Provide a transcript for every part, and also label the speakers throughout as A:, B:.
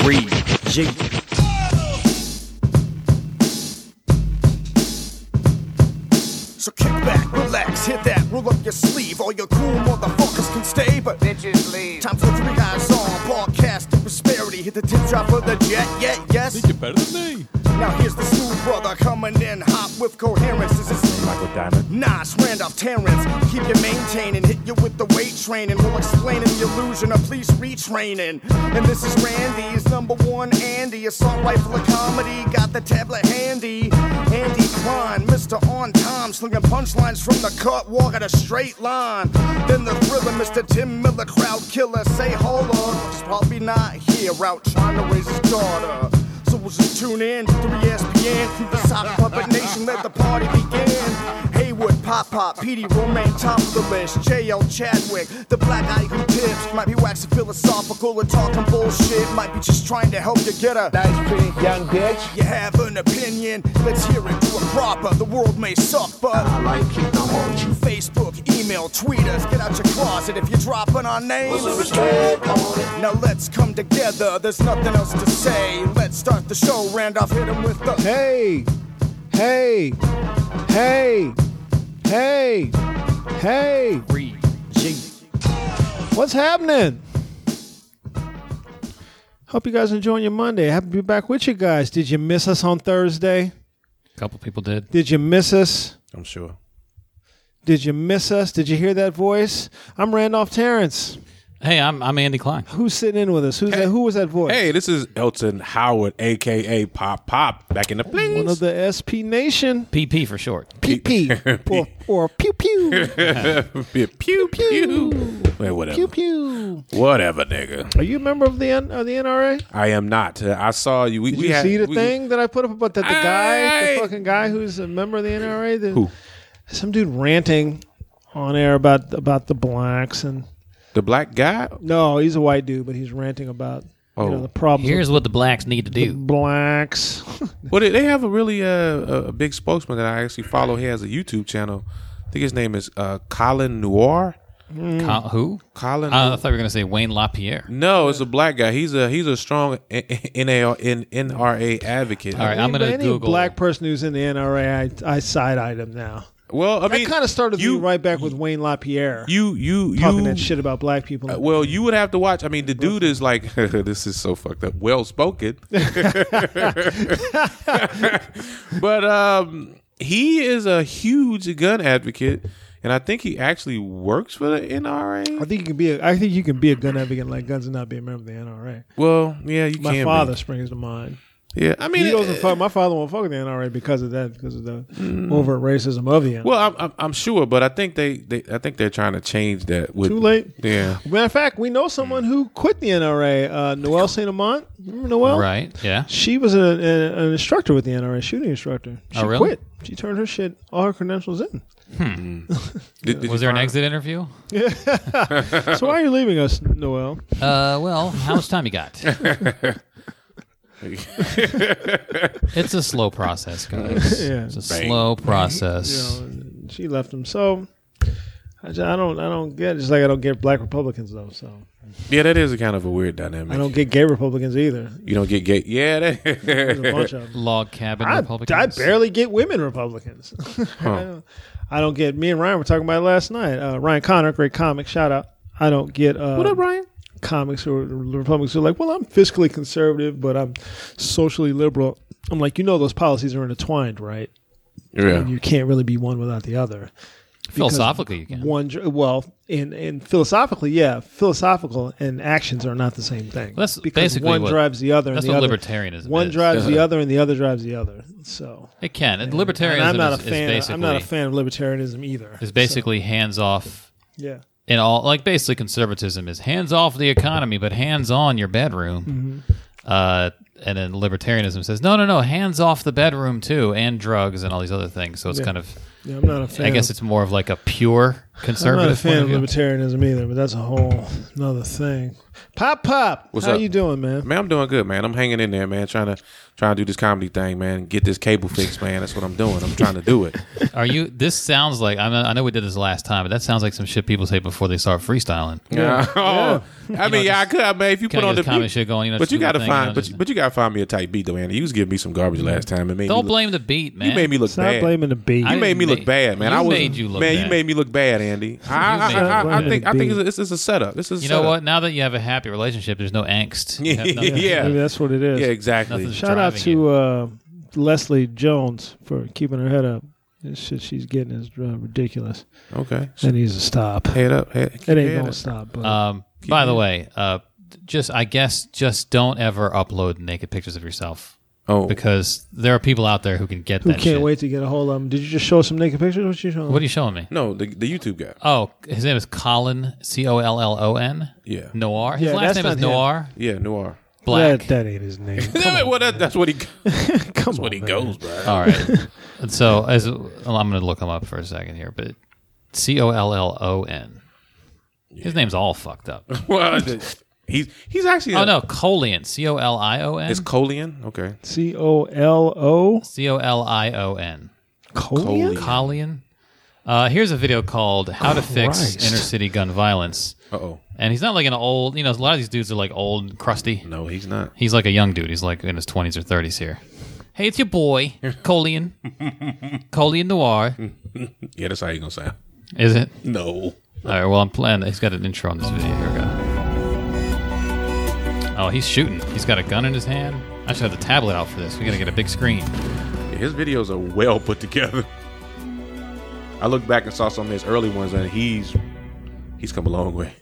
A: Free G.
B: So kick back, relax, hit that, roll up your sleeve. All your cool motherfuckers can stay, but
C: Bitches leave.
B: time for three eyes on. Broadcast the prosperity, hit the tip drop of the jet, yeah, yes.
D: Think you're better than me?
B: Now here's the smooth brother coming in hot with coherence. This is
A: Michael Diamond.
B: Nas, Randolph, Terrence. Keep you maintaining, hit you with the weight training. We'll explain the illusion of police retraining. And this is Randy's number one Andy. Assault rifle of comedy, got the tablet handy. Andy Klein, Mr. On Time, slinging punchlines from the cut, walk at a straight line. Then the thriller, Mr. Tim Miller, crowd killer. Say, hold up, he's probably not here, out trying to raise his daughter. So we'll just tune in to 3SPN through the sock puppet nation. Let the party begin. Haywood, Pop Pop, Petey Romaine, top of the list. JL Chadwick, the black guy who tips. Might be waxing philosophical or talking bullshit. Might be just trying to help you get a.
C: Nice pretty young bitch.
B: You have an opinion, let's hear it to a proper. The world may suck, but I like it, I want you. Facebook, email, tweet us, get out your closet if you're dropping our names. Now let's come together, there's nothing else to say. Let's start the show, Randolph, hit him with the.
E: Hey, hey, hey, hey, hey,
A: Free G.
E: what's happening? Hope you guys are enjoying your Monday. Happy to be back with you guys. Did you miss us on Thursday?
F: A couple people did.
E: Did you miss us?
G: I'm sure.
E: Did you miss us? Did you hear that voice? I'm Randolph Terrence.
F: Hey, I'm I'm Andy Klein.
E: Who's sitting in with us? Who's that? Who was that voice?
G: Hey, this is Elton Howard, aka Pop Pop, back in the place.
E: One of the SP Nation.
F: PP for short.
E: Pee pee. or, or pew pew.
G: pew, pew pew. Wait, whatever.
E: pew pew.
G: Whatever, nigga.
E: Are you a member of the N- of the NRA?
G: I am not. Uh, I saw you. We,
E: Did
G: we
E: you
G: had,
E: see the
G: we-
E: thing that I put up about that the guy,
G: Aye.
E: the fucking guy who's a member of the NRA? The,
G: Who?
E: Some dude ranting on air about about the blacks and
G: The black guy.
E: no, he's a white dude, but he's ranting about you know,
G: Oh.
E: the problems
F: Here's what the blacks need to
E: with
F: do.
E: blacks.
G: Well, they, they have a really uh, a, a big spokesman that I actually follow. He has a YouTube channel. I think his name is uh, Colin Noir.
E: Mm-hmm.
F: Co- who?
G: Colin.
F: Uh, I thought you were going to say Wayne LaPierre.
G: no, it's a black guy. He's a he's a strong NAR, NRA advocate.
F: All right, I'm
E: Any-
F: going to
E: any
F: Google.
E: black person who's in the NRA, I, I side eyed him now.
G: Well, I
E: That
G: mean,
E: kind of started
G: you
E: me right back with Wayne LaPierre
G: You Uh, you you
E: talking that shit about black people.
G: Well, you would have to watch. I mean, the dude is like, this is so fucked up. Well spoken, but um, he is a huge gun advocate, and I think he actually works for the
E: I
G: NRA.
E: think you can be. A, I think you can be a gun advocate like guns and not be a member of the NRA.
G: Well, yeah, you
E: My
G: can. be.
E: father springs to mind.
G: Yeah, I mean, uh,
E: He
G: it-
E: doesn't fuck. My father won't fuck with the NRA because of that, because of the
F: Mm.
E: overt racism of the NRA.
G: well, I'm, I'm, I'm sure, but I think they, they, I think they're trying to change that. With,
E: Too late.
G: Yeah.
E: Matter of fact, we know someone who quit the NRA. Uh, Noelle Saint Amant. Remember Noelle?
F: Right? Yeah.
E: She was a, a, an instructor with the NRA, shooting instructor. She
F: Oh, really?
E: quit. She turned her shit, all her credentials in.
G: Did-
F: Was
G: did you
F: there an
G: find-
F: exit interview?
E: So why are you leaving us, Noelle?
F: Uh, well, how much time you got? it's a slow process, guys.
E: Yeah.
F: It's a slow process.
E: She left him. So I, ju- I don't. I don't get. Just like I don't get black Republicans though. So
G: Yeah, that is a kind of a weird dynamic.
E: I don't get gay Republicans either.
G: you don't get gay. Yeah, that,
E: There's a bunch of 'em.
F: Log cabin
E: I,
F: Republicans.
E: I barely get women Republicans. I, don't, I don't get. Me and Ryan were talking about it last night. Uh, Ryan Connor, great comic, shout out. I don't get. Uh, what up, Ryan? Comics or Republicans who are like, well, I'm fiscally conservative, but I'm socially liberal. I'm like, you know, those policies are intertwined, right? And
G: yeah.
E: you can't really be one without the other. Because
F: Philosophically, you can.
E: One, dr- well, and and philosophically, yeah, philosophical and actions are not the same thing.
F: That's
E: because
F: basically
E: one
F: what-
E: drives the other. and
F: that's
E: the
F: what
E: other-
F: libertarianism
E: One
F: is.
E: drives the other, and the other drives the other. So
F: It can. And libertarianism
E: and I'm not
F: is,
E: a
F: is
E: fan.
F: basically
E: I'm not a fan of libertarianism either.
F: is basically hands off
E: Yeah,
F: and all like basically conservatism is hands off the economy but hands on your bedroom
E: Mm-hmm.
F: uh, and then libertarianism says no no no hands off the bedroom too and drugs and all these other things so it's kind of
E: Yeah, I'm not a fan.
F: I guess it's more of like a pure
E: I'm not a
F: conservative
E: fan of
F: point of view.
E: libertarianism either, but that's a whole another thing. Pop Pop,
G: What's
E: how
G: up?
E: you doing, man?
G: Man, I'm doing good, man. I'm hanging in there, man. Trying to trying to do this comedy thing, man. Get this cable fixed, man. That's what I'm doing. I'm trying to do it.
F: Are you? This sounds like I, mean, I know we did this last time, but that sounds like some shit people say before they start freestyling.
G: Yeah. oh, I mean,
F: know,
G: yeah, I
F: just-
G: could. I mean, if you
F: Can
G: put
F: I
G: on
F: get
G: the
F: this comedy
G: beat-
F: shit going? You know,
G: but you
F: just do my
G: got to
F: thing,
G: find,
F: you know,
G: but
F: just-
G: you, but you got to find me a tight beat though, Andy. You was giving me some garbage last time. It made
F: Don't
G: me look,
F: blame the beat, man.
G: you made me look
E: Stop
G: bad.
E: blaming the beat.
F: I
G: you made me
F: didn't
G: look
F: ma-
G: bad, man. I
F: you
G: was
F: made you look
G: man. You
F: bad.
G: made me look bad, Andy. I,
F: made
G: I,
E: me
G: I, I,
E: look
G: I think I
E: bad.
G: think it's a, it's, it's a setup. This is
F: You know
G: setup.
F: what? Now that you have a happy relationship, there's no angst. You have nothing-
G: Yeah.
E: Maybe that's what it is.
G: Yeah, exactly.
F: Nothing's-
E: Shout out
F: driving
E: to
F: you.
E: uh, Leslie Jones for keeping her head up. This shit she's getting is uh, ridiculous.
G: Okay,
E: That needs to stop.
G: head up. Head,
E: It ain't
G: head
E: gonna
G: up.
E: stop. But
F: Um, by the way, uh, just I guess just don't ever upload naked pictures of yourself
G: Oh,
F: because there are people out there who can get
E: who
F: that.
E: can't
F: shit.
E: wait to get a hold of them? Did you just show us some naked pictures? What you showing?
F: What are you showing me?
G: no, the, the YouTube guy.
F: Oh, his name is Colin C O L L O N.
G: Yeah,
F: Noir. His
E: Yeah,
F: last
E: that's
F: name is
E: not him.
F: Noir.
G: yeah, Noir.
F: Black.
E: That, that ain't his name.
G: well, that, that's what he.
E: Come on,
G: What he
E: man.
G: goes, bro.
F: All right. And so as well, I'm going to look him up for a second here, but C O L L O N. His name's all fucked up.
G: well, the- he's he's actually.
F: Oh
G: a-
F: no, Colion. C O L I O N.
G: it's Colian. Okay,
E: C O L O
F: C O L I O N.
E: Colia.
G: Colia.
F: Collian. Uh, here's a video called "How to Fix
E: Christ.
F: Inner City Gun Violence,"
G: uh oh,
F: and he's not like an old. You know, a lot of these dudes are like old, and crusty.
G: no, he's not.
F: He's like a young dude. He's like in his twenties or thirties here. Hey, it's your boy, Colian. Colian Noir,
G: Yeah, that's how you gonna sound.
F: is it?
G: No,
F: All right. Well, I'm playing. He's got an intro on this video. Here we go. Oh, he's shooting. He's got a gun in his hand. I should have the tablet out for this. We gotta get a big screen.
G: Yeah, his videos are well put together. I look back and saw some of his early ones, and he's he's come a long way.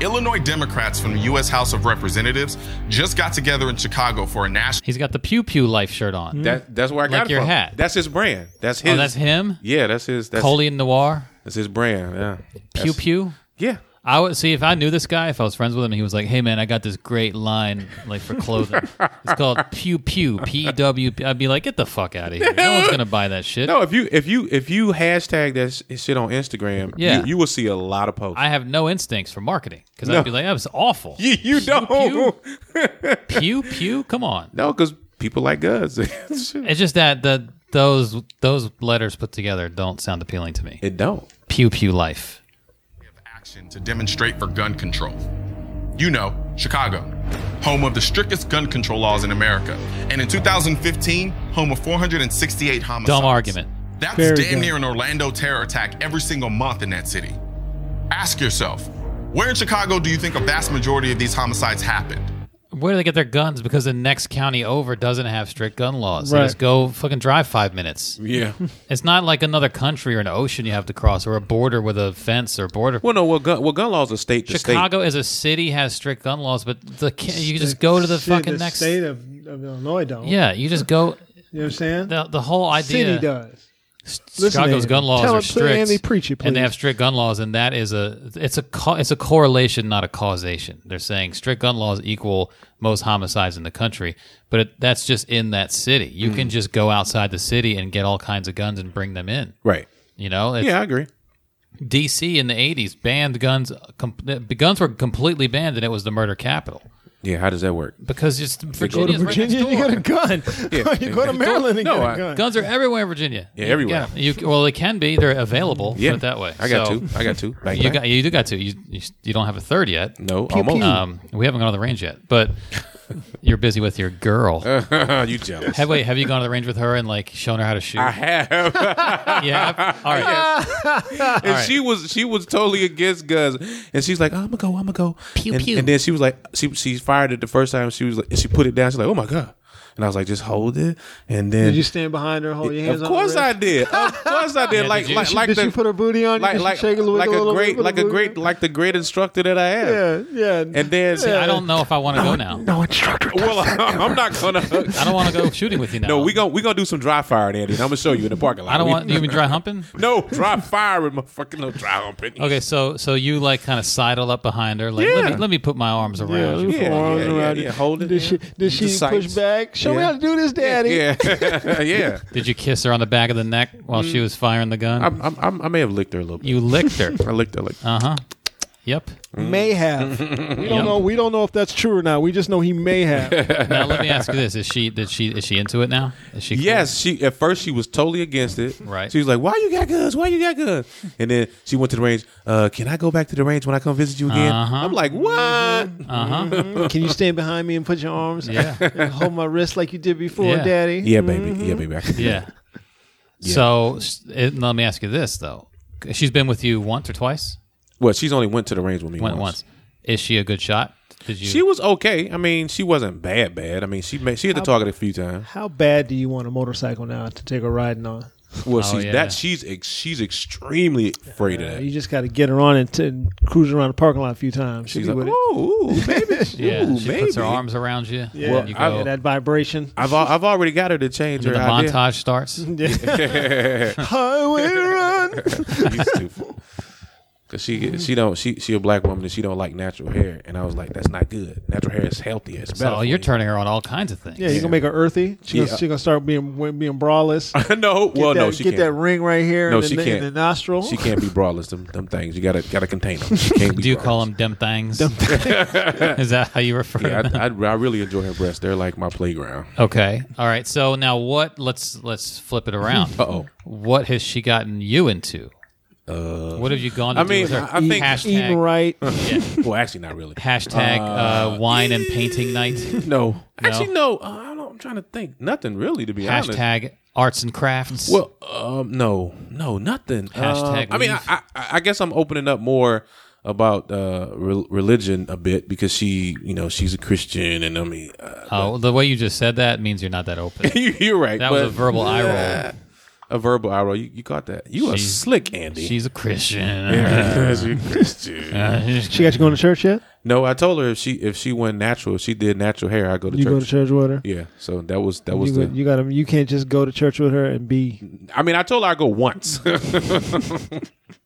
A: Illinois Democrats from the U.S. House of Representatives just got together in Chicago for a national
F: He's got the Pew Pew Life shirt on.
G: That that's where I got
F: Like
G: it
F: your
G: from.
F: hat.
G: That's his brand. That's his.
F: Oh, that's him.
G: Yeah, that's his. That's,
F: Colian Noir.
G: that's his brand. Yeah.
F: Pew
G: That's-
F: Pew.
G: Yeah.
F: I would see if I knew this guy, if I was friends with him, he was like, "Hey man, I got this great line like for clothing. it's called Pew Pew P E W." P-" I'd be like, "Get the fuck out of here! No one's gonna buy that shit."
G: No, if you if you if you hashtag that s- shit on Instagram, you-
F: Yeah.
G: you, will see a lot of posts.
F: I have no instincts for marketing because
G: No.
F: I'd be like, "That was awful."
G: you, you don't.
F: Pew Pew, come on.
G: No, because people like us. Shit.
F: It's just that the those those letters put together don't sound appealing to me.
G: it don't.
F: Pew Pew Life.
A: action to demonstrate for gun control. You know, Chicago, home of the strictest gun control laws in America, and in 2015, home of 468 homicides.
F: Dumb argument.
A: That's
E: Very
A: damn
E: dumb.
A: near an Orlando terror attack every single month in that city. Ask yourself, where in Chicago do you think a vast majority of these homicides happened?
F: Where do they get their guns? Because the next county over doesn't have strict gun laws. They
E: Right.
F: just go fucking drive five minutes.
G: Yeah.
F: It's not like another country or an ocean you have to cross or a border with a fence or border.
G: well, no. Well, gun, well, gun laws are state to state.
F: Chicago as a city has strict gun laws, but the ca- you just go to the
E: Shit,
F: fucking
E: the
F: next.
E: state of, of Illinois. Don't
F: Yeah, you just go.
E: you know what I'm saying?
F: The, the whole
E: City
F: idea.
E: does. Listen to
F: Chicago's
E: Andy.
F: gun laws
E: Tell
F: are
E: him-
F: strict,
E: Andy, preach it,
F: and they
E: please.
F: have strict gun laws, and that is a it's a co- it's a correlation, not a causation. They're saying strict gun laws equal most homicides in the country, but it, that's just in that city. You
E: Mm.
F: can just go outside the city and get all kinds of guns and bring them in.
G: Right.
F: You know, It's-
G: Yeah, I agree.
F: DC in the 80s banned guns. Com- the guns were completely banned, and it was the murder capital
G: Yeah. How does that work?
F: because just
E: Go to
F: Virginia's right
E: Virginia,
F: next
E: you
F: door.
E: got a gun. you go to Maryland and
G: No,
E: get
G: I-
E: a gun.
F: Guns are everywhere in Virginia.
G: Yeah,
F: You can
G: everywhere.
F: get 'em. You, well, they can be. They're available.
G: Yeah.
F: Put it that way.
G: I got
F: So,
G: two. I got two. Bang,
F: You
G: bang.
F: got. You do got two. You, you you don't have a third yet.
G: no. almost.
F: Um, we haven't gone to the range yet, but you're busy with your girl.
G: you jealous?
F: have wait, Have you gone to the range with her and like shown her how to shoot?
G: I have.
F: yeah. I've- All right.
G: and
F: right.
G: she was she was totally against guns, and she's like, "I'm gonna go, I'm gonna go."
F: Pew,
G: and,
F: pew.
G: and then she was like, she she fired it the first time. She was like, and she put it down. She's like, "Oh my god!" And I was like, "Just hold it." And then,
E: Did you stand behind her, hold your hands?
G: of course
E: on her
G: I did. Of course I did.
F: Yeah,
G: like
F: did you?
G: like
F: Did
G: like
E: Did
G: the
E: she put her booty on you?
G: like
E: Did she
G: like
E: shake a little
G: like a
E: wiggle,
G: great
E: wiggle,
G: like a
E: wiggle?
G: great like the great instructor that I have.
E: Yeah, yeah.
G: And then
F: I don't know if I want to go now.
E: no instructor.
G: well, I'm not gonna.
F: I don't want to go shooting with you now.
G: No, we gonna we gonna do some dry firing, Andy. And I'm gonna show you in the parking lot.
F: I don't
G: We-
F: want you mean dry humping.
G: No dry firing, motherfucking no dry humping.
F: Okay, so so you like kind of sidled up behind her, like let
G: Yeah.
F: me let me put my arms around
E: Yeah,
F: you.
E: yeah,
G: Yeah,
E: yeah,
G: yeah, yeah, yeah. Hold it.
E: Did she
G: You
E: did she
G: just sights.
E: push back? Show me
G: Yeah.
E: how to do this, Daddy.
G: Yeah, yeah.
F: Did you kiss her on the back of the neck while
G: Mm.
F: she was firing the gun?
G: I, I, I may have licked her a little bit.
F: you licked her.
G: I licked her. Like,
F: Uh huh. Yep.
E: Mm. May have. We don't know. We don't know if that's true or not. We just know he may have.
F: Now let me ask you this: Is she did she is she into it now? Is she cool?
G: yes, she at first she was totally against it.
F: Right.
G: She was like, "Why you got guns? Why you got guns?" And then she went to the range. Uh, can I go back to the range when I come visit you again?
F: Uh-huh.
G: I'm like, "What?"
F: Mm-hmm.
G: Mm-hmm.
E: Can you stand behind me and put your arms?
F: Yeah.
E: and hold my wrist like you did before,
F: Yeah.
E: Daddy.
G: Yeah, baby.
F: Mm-hmm.
G: Yeah, baby. I can do
F: Yeah. So s- it, let me ask you this though: She's been with you once or twice.
G: Well, she's only went to the range with me
F: Went
G: once.
F: once. Is she a good shot? Did you?
G: She was okay. I mean, she wasn't bad, bad. I mean, she made, she had to target a few times.
E: How bad do you want a motorcycle now to take a riding on?
G: Well,
E: Oh,
G: she's
F: yeah.
G: that she's ex, she's extremely afraid of that.
E: You just got to get her on and, t- and cruise around the parking lot a few times. She'll
G: she's
E: be
G: like,
E: with it.
G: "Oh, ooh, baby."
F: yeah.
G: ooh,
F: she
G: baby.
F: puts her arms around you. Yeah.
E: Well,
F: you
G: I-
F: go.
E: Yeah, that vibration.
G: I've al- I've already got her to change
F: and
G: her
F: the
G: idea. Mm-hmm.
F: montage starts.
E: Highway run.
G: You stupid. Cause she she don't she she a black woman and she don't like natural hair and I was like that's not good natural hair is healthier it's better
F: So
G: for
F: you're
G: you.
F: turning her on all kinds of things.
E: Yeah, you're gonna make her earthy. She's
G: Yeah.
E: gonna, she gonna start being being braless.
G: no
E: Get
G: well
E: that,
G: no she
E: get
G: can't
E: that ring right here.
G: No,
E: in the,
G: she
E: na- in
G: can't.
E: the nostril.
G: she can't be brawlers them them things you gotta gotta contain them She can't be
F: Do you
G: brawlers.
F: call them dem things? is that how you refer? to them?
G: yeah I, I, I really enjoy her breasts they're like my playground
F: Okay. All right. So now what? Let's let's flip it around.
G: uh oh
F: What has she gotten you into? Uh, what have you gone? To
G: I
F: do
G: mean,
F: with her?
G: I- I think-
E: Eating
F: hashtag
E: right.
G: well actually not really
F: hashtag uh, wine and painting night.
G: no, actually no uh, I don't, I'm trying to think nothing really to be honest
F: hashtag arts and crafts.
G: Well, um, no, no, nothing.
F: Hashtag
G: Um, I mean, I,
F: leave.
G: I, I guess I'm opening up more about uh, re- religion a bit because she, you know, she's a Christian, and I mean, uh,
F: oh, the way you just said that means you're not that open.
G: you, you're right.
F: That was
G: but-
F: a verbal eye roll.
G: A verbal eye roll. You, you caught that. You are
F: She's-
G: slick, Andy.
F: She's a Christian.
G: She's a Christian.
E: She got you going to church yet?
G: no, I told her if she if she went natural, if she did natural hair, I go to
E: You
G: church.
E: go to church with her.
G: Yeah, so that was that was
E: You, go,
G: the.
E: you got to. You can't just go to church with her and be.
G: I mean, I told her I go once.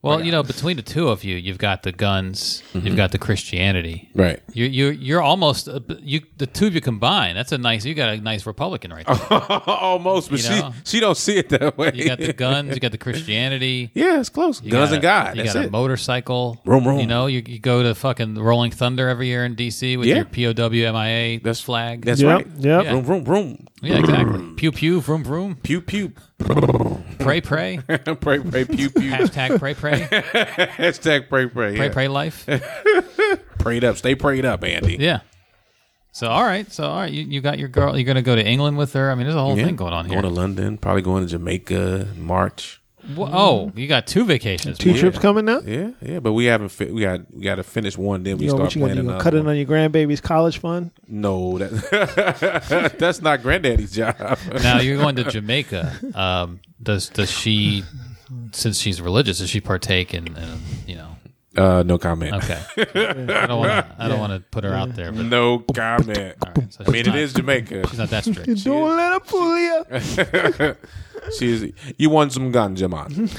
F: Well, you know, between the two of you, you've got the guns,
G: Mm-hmm.
F: you've got the Christianity.
G: right.
F: You you you're almost uh, you the two of you combined. That's a nice. You got a nice Republican right
G: Oh,
F: there.
G: Almost, but
F: You
G: she
F: know.
G: she don't see it that way.
F: You got the guns. You got the Christianity.
G: yeah, it's close.
F: You
G: Guns
F: got a-
G: and God.
F: You
G: That's
F: got
G: it.
F: a motorcycle.
G: Vroom, vroom.
F: You know, you, you go to fucking Rolling Thunder every year in DC with
G: Yeah.
F: your POW MIA
G: That's-
F: flag.
G: That's
E: Yep,
G: right.
E: yep. Yeah.
G: Vroom, vroom, vroom.
F: yeah, exactly. Pew pew, vroom vroom.
G: Pew, pew.
F: Pray pray.
G: pray, pray, pew, pew.
F: Hashtag pray pray.
G: Hashtag pray, pray.
F: Pray
G: yeah.
F: pray life.
G: Prayed up. Stay prayed up, Andy.
F: Yeah. So all right, so all right, you, you got your girl. You're gonna go to England with her. I mean, there's a whole
G: Yeah.
F: thing going on here.
G: Going to London. Probably going to Jamaica in March.
F: Wha- oh, you got two vacations.
E: Two trips coming now.
G: Yeah, yeah. But we haven't. Fi- we got. We got to finish one. Then we
E: You know
G: start
E: what you gonna,
G: planning
E: do? you gonna
G: another
E: cut it
G: one.
E: on your grandbaby's college fund?
G: No, that, that's not granddaddy's job.
F: now you're going to Jamaica. Um, does does she, since she's religious, does she partake in, in you know?
G: Uh, no comment.
F: Okay, I don't want to. I don't want to put her out there, but
G: No comment.
F: so
G: I mean,
F: she's
G: it
F: not-
G: is Jamaica.
F: she's not that strict.
E: Don't let her fool you.
G: She's, you want some ganja, man?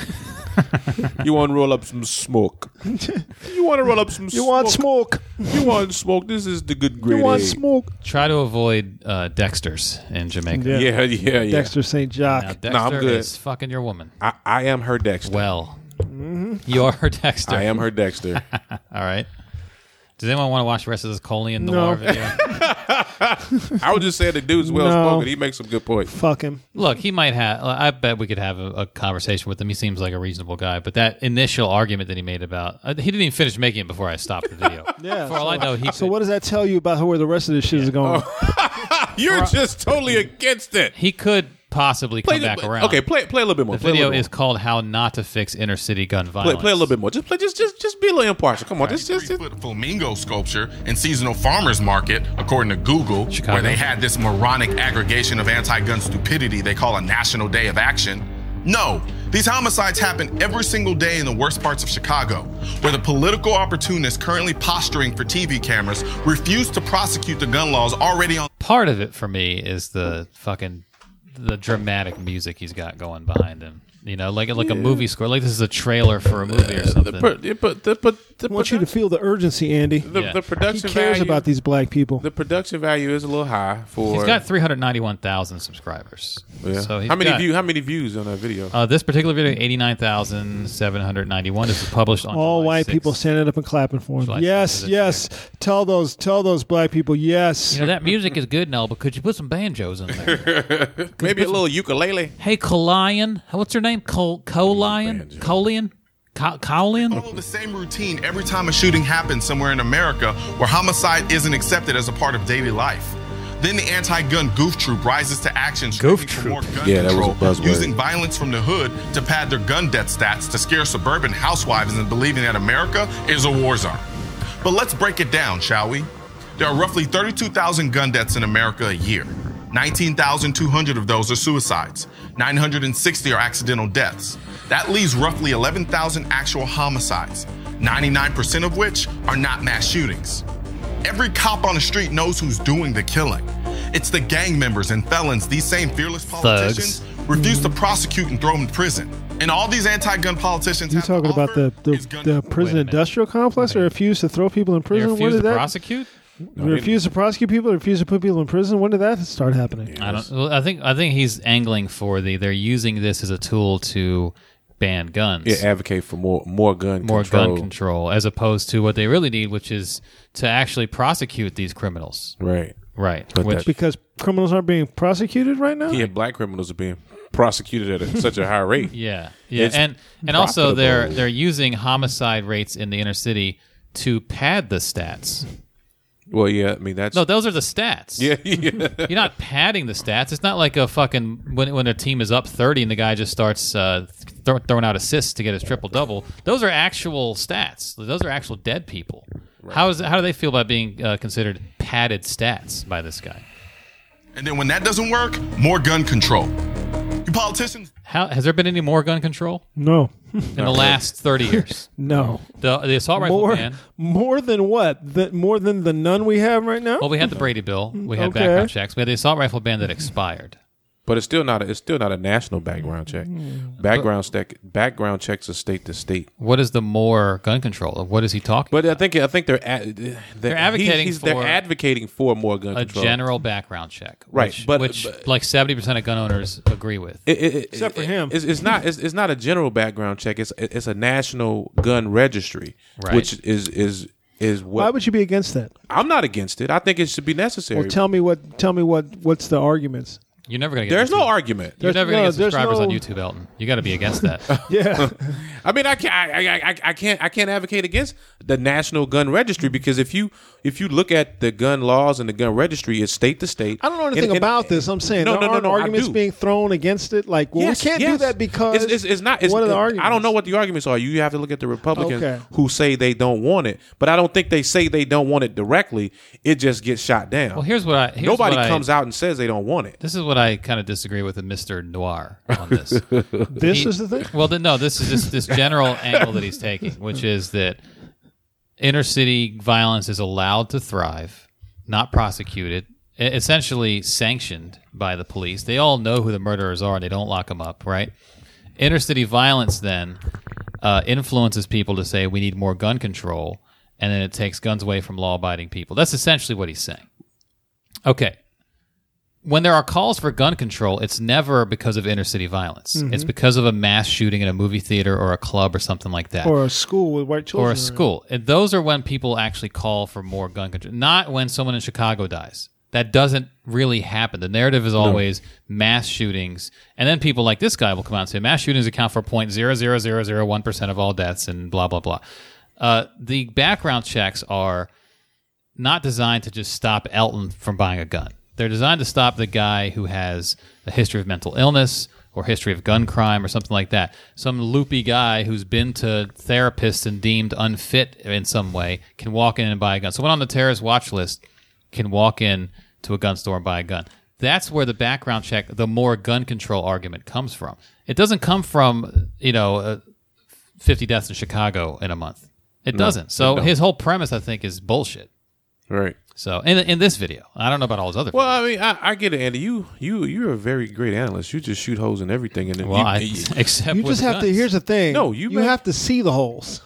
G: you want to roll up some smoke? You want to roll up some?
E: You want smoke?
G: You want smoke? This is the good grade.
E: You want
G: A.
E: smoke?
F: Try to avoid uh, Dexter's in Jamaica.
E: Yeah.
G: Yeah, yeah, yeah.
E: Dexter St.
F: Now
E: Jock.
F: Dexter
G: Nah, I'm good.
F: is fucking your woman.
G: I, I am her Dexter.
F: Well, you're her Dexter.
G: I am her Dexter.
F: All right. Does anyone want to watch the rest of this Coley and
E: No.
F: Noir video?
G: I would just say the dude's well
E: No.
G: spoken. He makes some good points.
E: Fuck him.
F: Look, he might have. I bet we could have a, a conversation with him. He seems like a reasonable guy. But that initial argument that he made about uh, he didn't even finish making it before I stopped the video.
E: Yeah,
F: For all
E: so-
F: I know, he.
E: So
F: could-
E: what does that tell you about where the rest of this shit is going?
G: Oh. You're just totally against it.
F: He could possibly
G: Play
F: come
G: the-
F: back around.
G: Okay, play play a little bit more.
F: The
G: play a
F: video
G: little bit
F: is called "How Not to Fix Inner City Gun
G: more.
F: Violence."
G: play, play a little bit more. Just play just just just be a little impartial. Come on, just just,
A: three
G: just
A: foot flamingo sculpture in seasonal farmers market, according to Google,
F: Chicago.
A: where they had this moronic aggregation of anti gun stupidity they call a national day of action. No, these homicides happen every single day in the worst parts of Chicago, where the political opportunists currently posturing for TV cameras refuse to prosecute the gun laws already on
F: Part of it for me is the fucking the dramatic music he's got going behind him. You know, like like a movie score. Like this is a trailer for a movie or something.
G: The, pro- the, pro- the, pro- the
E: I want you to
G: production-
E: feel the urgency, Andy.
G: the,
F: Yeah.
G: the
E: he
G: production
E: cares
G: value,
E: about these black people.
G: The production value is a little high for.
F: he's got three hundred ninety one thousand subscribers.
G: Yeah.
F: So he's
G: how many
F: got-
G: views? How many views on that video?
F: Uh, this particular video, eighty nine thousand seven hundred ninety one, is published on
E: All
F: July
E: white
F: 6th.
E: people standing up and clapping for him.
F: July
E: yes,
F: 6th is a
E: yes. Tell those, tell those black people. Yes.
F: You know that music is good and all, but could you put some banjos in there?
G: Maybe a little ukulele.
F: hey, Colion, what's her name? Col Colion,
G: Banjo.
F: Colion, Co- Colion.
A: follow the same routine every time a shooting happens somewhere in America where homicide isn't accepted as a part of daily life. Then the anti-gun goof troop rises to action,
F: Goof
A: striving for
F: troop.
A: more gun
G: Yeah, that was a
A: control,
G: buzzword.
A: using violence from the hood to pad their gun death stats to scare suburban housewives into believing that America is a war zone. But let's break it down, shall we? There are roughly 32,000 gun deaths in America a year. 19,200 of those are suicides. 960 are accidental deaths. That leaves roughly 11,000 actual homicides, 99% of which are not mass shootings. Every cop on the street knows who's doing the killing. It's the gang members and felons, these same fearless politicians, refuse to prosecute and throw them in prison. And all these anti-gun politicians
E: You
A: have to
E: talking about
A: offer
E: the the,
A: is gun
E: the
A: control.
E: prison industrial complex? They refuse to throw people in
F: They
E: prison. When
F: refuse
E: did
F: to
E: that?
F: prosecute.
E: they refuse to prosecute people. They refuse to put people in prison. When did that start happening?
F: I don't. Well, I think I think he's angling for the. They're using this as a tool to ban guns.
G: Yeah, advocate for more more gun
F: more
G: control.
F: gun control as opposed to what they really need, which is to actually prosecute these criminals.
G: Right.
F: Right.
G: But
F: Which,
E: Because criminals aren't being prosecuted right now.
G: Yeah, black criminals are being prosecuted at a, such a high rate.
F: yeah. Yeah.
G: It's
F: And and also
G: profitable.
F: they're they're using homicide rates in the inner city to pad the stats.
G: Well, yeah, I mean that's
F: No, those are the stats.
G: yeah, yeah.
F: You're not padding the stats. It's not like a fucking when when a team is up 30 and the guy just starts uh, throw throwing out assists to get his triple double. Those are actual stats. Those are actual dead people. How is how do they feel about being uh, considered padded stats by this guy?
A: And then when that doesn't work, more gun control. You politicians
F: How has there been any more gun control
E: No,
F: in the last 30 years?
E: no.
F: The the assault rifle
E: More,
F: ban.
E: more than what? The, more than the none we have right now.
G: Oh,
F: Well, we had the Brady bill. We had
E: Mm, Okay.
F: background checks. We had the assault rifle ban that expired.
G: But it's still not a, it's still not a national background check. Background check background checks are state to state.
F: What is the more gun control? What is he talking?
G: But I think I think they're ad, they're,
F: advocating
G: they're
F: for-
G: advocating for more gun
F: a
G: control.
F: general background check,
G: Right,
F: Which,
G: but-
F: which
G: but-
F: like seventy percent of gun owners agree with.
G: It- it- it-
E: Except for
G: it-
E: him.
G: it's, it's not. It's, it's not a general background check. It's it's a national gun registry,
F: Right.
G: which is is is what
E: Why would you be against that?
G: I'm not against it. I think it should be necessary.
E: Well, tell me what. Tell me what. What's the arguments?
F: You're never gonna get.
G: There's
F: YouTube-
G: no argument.
F: You're
E: There's
F: never gonna
E: no-
F: get
E: there's
F: subscribers on
E: no-
F: YouTube, Elton. You got to be against that.
E: Yeah,
G: I mean, I can't, I, I, I, I can't, I can't advocate against the national gun registry because if you if you look at the gun laws and the gun registry, it's state to state.
E: I don't know anything
G: And- and-
E: about this. I'm saying
G: No,
E: there
G: no, no,
E: aren't
G: no, I
E: arguments
G: do.
E: being thrown against it. Like, well,
G: Yes,
E: we can't do
G: yes.
E: that because
G: it's, it's, it's not. It's,
E: what are the
G: it-
E: arguments?
G: I don't know what the arguments are. You have to look at the Republicans
E: Okay.
G: who say they don't want it, but I don't think they say they don't want it directly. It just gets shot down.
F: Well, here's what I. Here's
G: nobody
F: what I-
G: comes out and says they don't want it.
F: This is what I kind of disagree with, Mister Noir on this.
E: This
F: He-
E: is the thing.
F: Well, then, no, this is just this general angle that he's taking, which is that inner city violence is allowed to thrive, not prosecuted, e- essentially sanctioned by the police. They all know who the murderers are and they don't lock them up, right? Inner city violence then uh, influences people to say we need more gun control, and then it takes guns away from law abiding people. That's essentially what he's saying. Okay, when there are calls for gun control, it's never because of inner city violence. It's because of a mass shooting in a movie theater or a club or something like that.
E: Or a school with white children.
F: Or a
E: in it.
F: school. And those are when people actually call for more gun control. Not when someone in Chicago dies. That doesn't really happen. The narrative is always mass shootings. And then people like this guy will come out and say mass shootings account for 0.00001% of all deaths and blah, blah, blah. Uh, the background checks are not designed to just stop Elton from buying a gun. They're designed to stop the guy who has a history of mental illness or history of gun crime or something like that. Some loopy guy who's been to therapists and deemed unfit in some way can walk in and buy a gun. Someone on the terrorist watch list can walk in to a gun store and buy a gun. That's where the background check, the more gun control argument comes from. It doesn't come from, you know, uh, 50 deaths in Chicago in a month. It doesn't. So his whole premise, I think, is bullshit.
G: Right.
F: So in in this video, I don't know about all those other.
G: Well, I mean, I, I get it, Andy. You you you're a very great analyst. You just shoot holes in everything, and then
F: Well,
G: you-
F: I,
G: you-
F: except
E: You
F: with
E: just have to.
F: guns.
E: Here's the thing.
G: No, you
E: you
G: bet.
E: have to see the holes.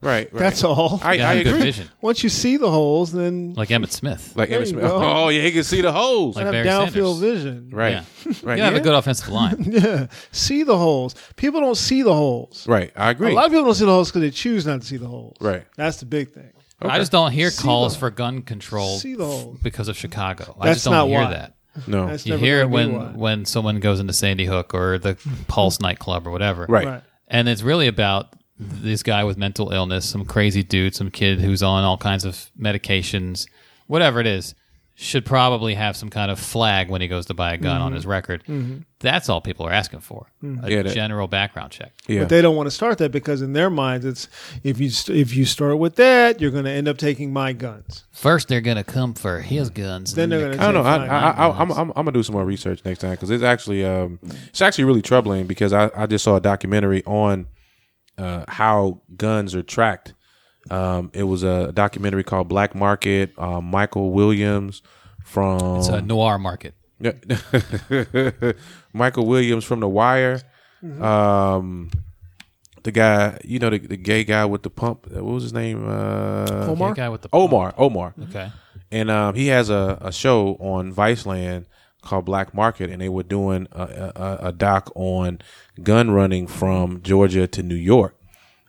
G: right, right.
E: That's all.
G: I,
F: You gotta
G: I
F: have good
G: agree.
F: vision,
E: Once you see the holes, then
F: like Emmett Smith.
G: Like Emmett
E: you
G: Smith.
E: go.
G: Oh yeah, he can see the holes.
F: Like-
E: have
F: Barry
E: downfield
F: Sanders.
E: vision.
G: right.
F: yeah.
G: Right.
F: you gotta have
G: yeah.
F: a good offensive line.
E: Yeah. See the holes. People don't see the holes.
G: Right. I
E: A
G: agree.
E: lot of people don't see the holes because they choose not to see the holes.
G: Right.
E: That's the big thing.
F: I just don't hear
E: See
F: calls
E: the-
F: for gun control
E: see the hole.
F: because of Chicago. I
E: That's
F: just don't
E: not
F: hear
E: why.
F: that.
G: no.
E: That's
F: You
E: never
F: hear it
E: gonna be
F: when
E: why.
F: when someone goes into Sandy Hook or the Pulse nightclub or whatever.
G: right.
E: Right.
F: And it's really about this guy with mental illness, some crazy dude, some kid who's on all kinds of medications, whatever it is, should probably have some kind of flag when he goes to buy a gun
E: Mm-hmm.
F: on his record. That's all people are asking for. A
G: Yeah, that-
F: general background check.
G: Yeah.
E: But they don't want to start that because in their minds, it's if you st- if you start with that, you're going to end up taking my guns.
F: First they're gonna come for his guns.
E: Mm-hmm. Then
F: and
E: they're going to.
G: I don't know. I, I, I, I'm, I'm, I'm gonna do some more research next time because it's actually um, it's actually really troubling because I, I just saw a documentary on uh, how guns are tracked. Um, it was a documentary called Black Market. Uh, Michael Williams from
F: it's a noir market.
G: Michael Williams from The Wire. Um, the guy, you know, the, the gay guy with the pump. What was his name? Uh,
F: The guy
E: Oh.
F: with the
G: Omar. Omar.
F: Okay.
G: And um, he has a, a show on Viceland called Black Market, and they were doing a, a, a doc on gun running from Georgia to New York.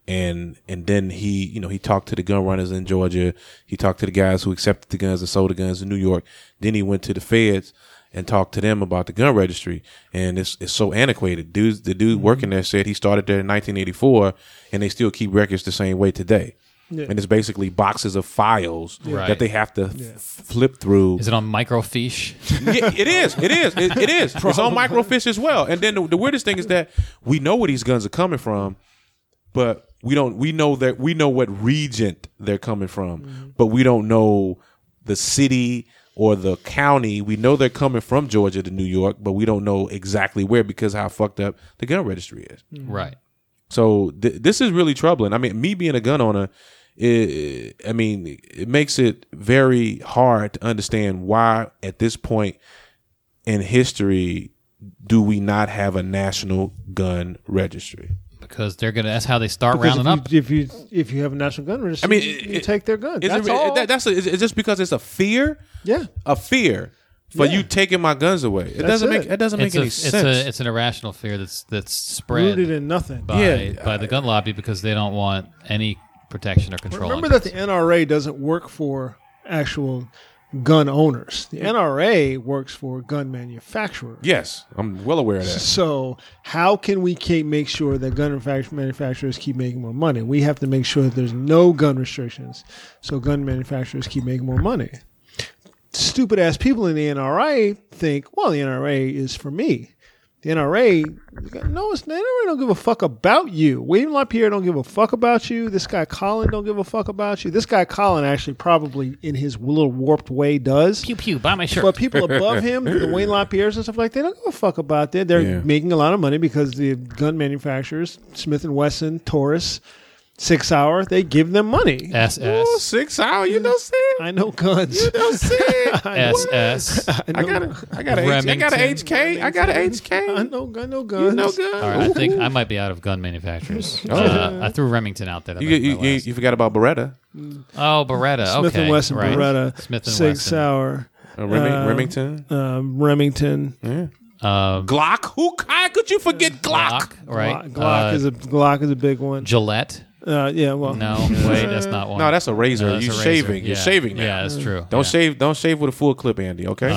G: And and then he, you know, he talked to the gun runners in Georgia. He talked to the guys who accepted the guns and sold the guns in New York. Then he went to the feds and talked to them about the gun registry. And it's it's so antiquated. Dudes, the dude working there said he started there in 1984, and they still keep records the same way today. And it's basically boxes of files
F: Right.
G: that they have to f- flip through.
F: Is it on microfiche?
G: Yeah, it is. It is. It, it is. It's on microfiche as well. And then the, the weirdest thing is that we know where these guns are coming from, but we don't. We know that we know what region they're coming from, but we don't know the city or the county. We know they're coming from Georgia to New York, but we don't know exactly where because how fucked up the gun registry is.
E: Mm-hmm.
F: right.
G: So th- this is really troubling. I mean, me being a gun owner, it, I mean, it makes it very hard to understand why at this point in history do we not have a national gun registry?
F: Because they're gonna that's how they start
E: Because
F: rounding up.
E: if you, if you if you have a national gun registry, I
G: mean,
E: mean, you
G: it-
E: take their guns.
G: Is
E: That's
G: it, re-
E: all.
G: That, that's a, is it just because it's a fear,
E: yeah.
G: a fear for
E: Yeah.
G: you taking my guns away. It
E: it.
G: doesn't make it doesn't
F: It's
G: make
F: a,
G: any
F: it's
G: sense.
F: a it's an irrational fear that's that's spread
E: Rooted in nothing.
F: by
G: Yeah,
F: by the gun lobby because they don't want any protection or control.
E: Remember
F: on
E: that the
F: guns.
E: NRA doesn't work for actual gun owners. The NRA works for gun manufacturers.
G: yes, I'm well aware of that.
E: So how can we keep make sure that gun manufactur- manufacturers keep making more money? We have to make sure that there's no gun restrictions, so gun manufacturers keep making more money. Stupid ass people in the NRA think, well, the NRA is for me. The NRA, no, it's the NRA don't give a fuck about you. William LaPierre don't give a fuck about you. This guy Colin don't give a fuck about you. This guy Colin actually probably in his little warped way does.
F: pew pew buy my shirt.
E: But people above him, the Wayne LaPierre's and stuff like, they don't give a fuck about that. They're
G: Yeah.
E: making a lot of money because the gun manufacturers, Smith and Wesson, Taurus, Six Hour, they give them money.
G: Ooh,
F: SS
G: six hour, you know what I'm
E: I know guns.
G: saying? You know what I'm saying?
F: SS.
E: I know,
G: I got a, I got a, H, I got a
F: Remington.
G: HK, I got a
E: I
G: HK.
E: know, I know guns.
G: You know good.
F: All right, I think I might be out of gun manufacturers. Uh, I threw Remington out there. That
G: Oh. You,
F: might be
G: you,
F: my
G: you,
F: last.
G: you forgot about Beretta,
F: oh, Beretta.
E: Smith
F: okay,
E: and Wesson,
F: right.
E: Beretta,
F: Smith and
E: Six
F: Wesson.
E: Hour,
G: uh, Remi-
E: Um,
G: Remington,
E: um, Remington.
F: Um,
G: Glock. Who how could you forget Glock?
F: Glock, right?
E: Glock, Glock
F: Uh,
E: is a Glock is a big one.
F: Gillette.
E: Uh, yeah, well,
F: No, wait, that's not one. Uh,
G: No, that's a razor.
F: that's
G: You're
F: a razor.
G: shaving. You're
F: Yeah.
G: shaving now.
F: Yeah, that's true.
G: Don't
F: Yeah.
G: shave. Don't shave with a full clip, Andy. Okay.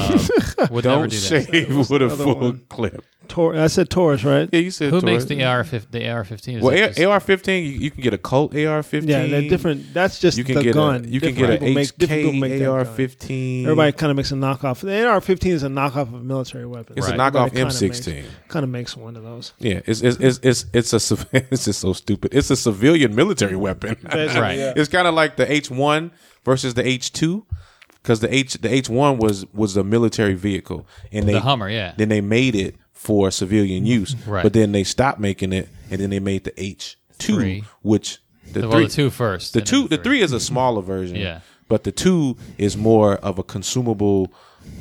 F: Would never
G: don't
F: do that.
G: shave with a
E: other
G: full
E: one?
G: clip.
E: Tor- I said Taurus, right?
G: Yeah, you said.
F: Who makes
G: Taurus.
F: the AR fif- the AR fifteen?
G: Well, AR fifteen. You, you can get a Colt AR fifteen.
E: Yeah, they're different. That's just
G: You can
E: the
G: get
E: gun.
G: a. You can
E: Different
G: get
E: people
G: a
E: make- different people make
G: HK
E: that
G: AR
E: gun.
G: fifteen.
E: Everybody kind of makes a knockoff. The AR-15 is a knockoff of a military weapon.
G: It's a
F: Right.
G: knockoff
E: Everybody kinda
G: M16.
E: makes- Kind of makes one of those.
G: Yeah, it's it's it's it's, it's a civ- it's just so stupid. It's a civilian military weapon.
F: Right. yeah.
G: It's kind of like the H one versus the H two, because the H the H one was was a military vehicle, and they
F: The Hummer, yeah.
G: Then they made it for civilian use,
F: Right.
G: But then they stopped making it, and then they made the H two,
F: Three.
G: which the
F: well,
G: three
F: the two first.
G: the
F: and then
G: two the three is a smaller version.
F: Yeah.
G: But the two is more of a consumable.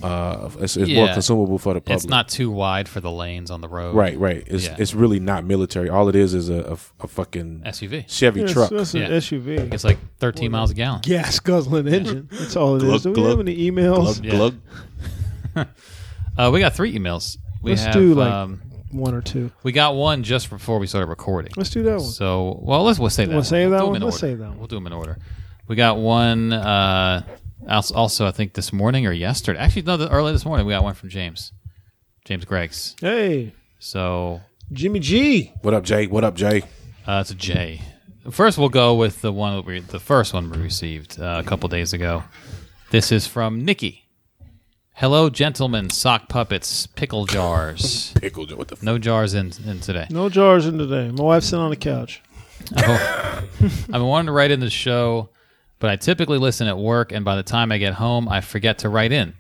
G: Uh, it's, it's more
F: Yeah.
G: consumable for the public.
F: It's not too wide for the lanes on the road.
G: Right, right. It's
F: Yeah.
G: it's really not military. All it is is a, a, a fucking
F: SUV.
G: Chevy
E: It's-
G: truck.
E: That's an
F: Yeah.
E: SUV.
F: It's like 13 miles a gallon.
E: gas guzzling engine. That's all it is.
G: Glug,
E: Do we have
G: glug,
E: any emails?
G: Glug,
F: Yeah.
G: glug.
F: Uh, we got three emails. We
E: Let's
F: have,
E: do, like-
F: um,
E: One or two.
F: we got one just before we started recording.
E: Let's do that one.
F: So, well, let's we'll say that.
E: We'll save that
F: do 'em
E: one?
F: in
E: Let's
F: order.
E: save that one.
F: We'll do them in order. We got one. Uh, als- also, I think this morning or yesterday. Actually, no, the, early this morning we got one from James, James Greggs.
E: Hey,
F: So
E: Jimmy G.
G: What up, Jay? What up, Jay?
F: uh, it's a J. First, we'll go with the one that we, the first one we received uh, a couple days ago. This is from Nikki. Hello, gentlemen, sock puppets, pickle jars.
G: Pickle. What the? F-
F: No jars in, in today.
E: No jars in today. My wife's sitting on the couch.
F: I've been wanting to write in the show, but I typically listen at work, and by the time I get home, I forget to write in.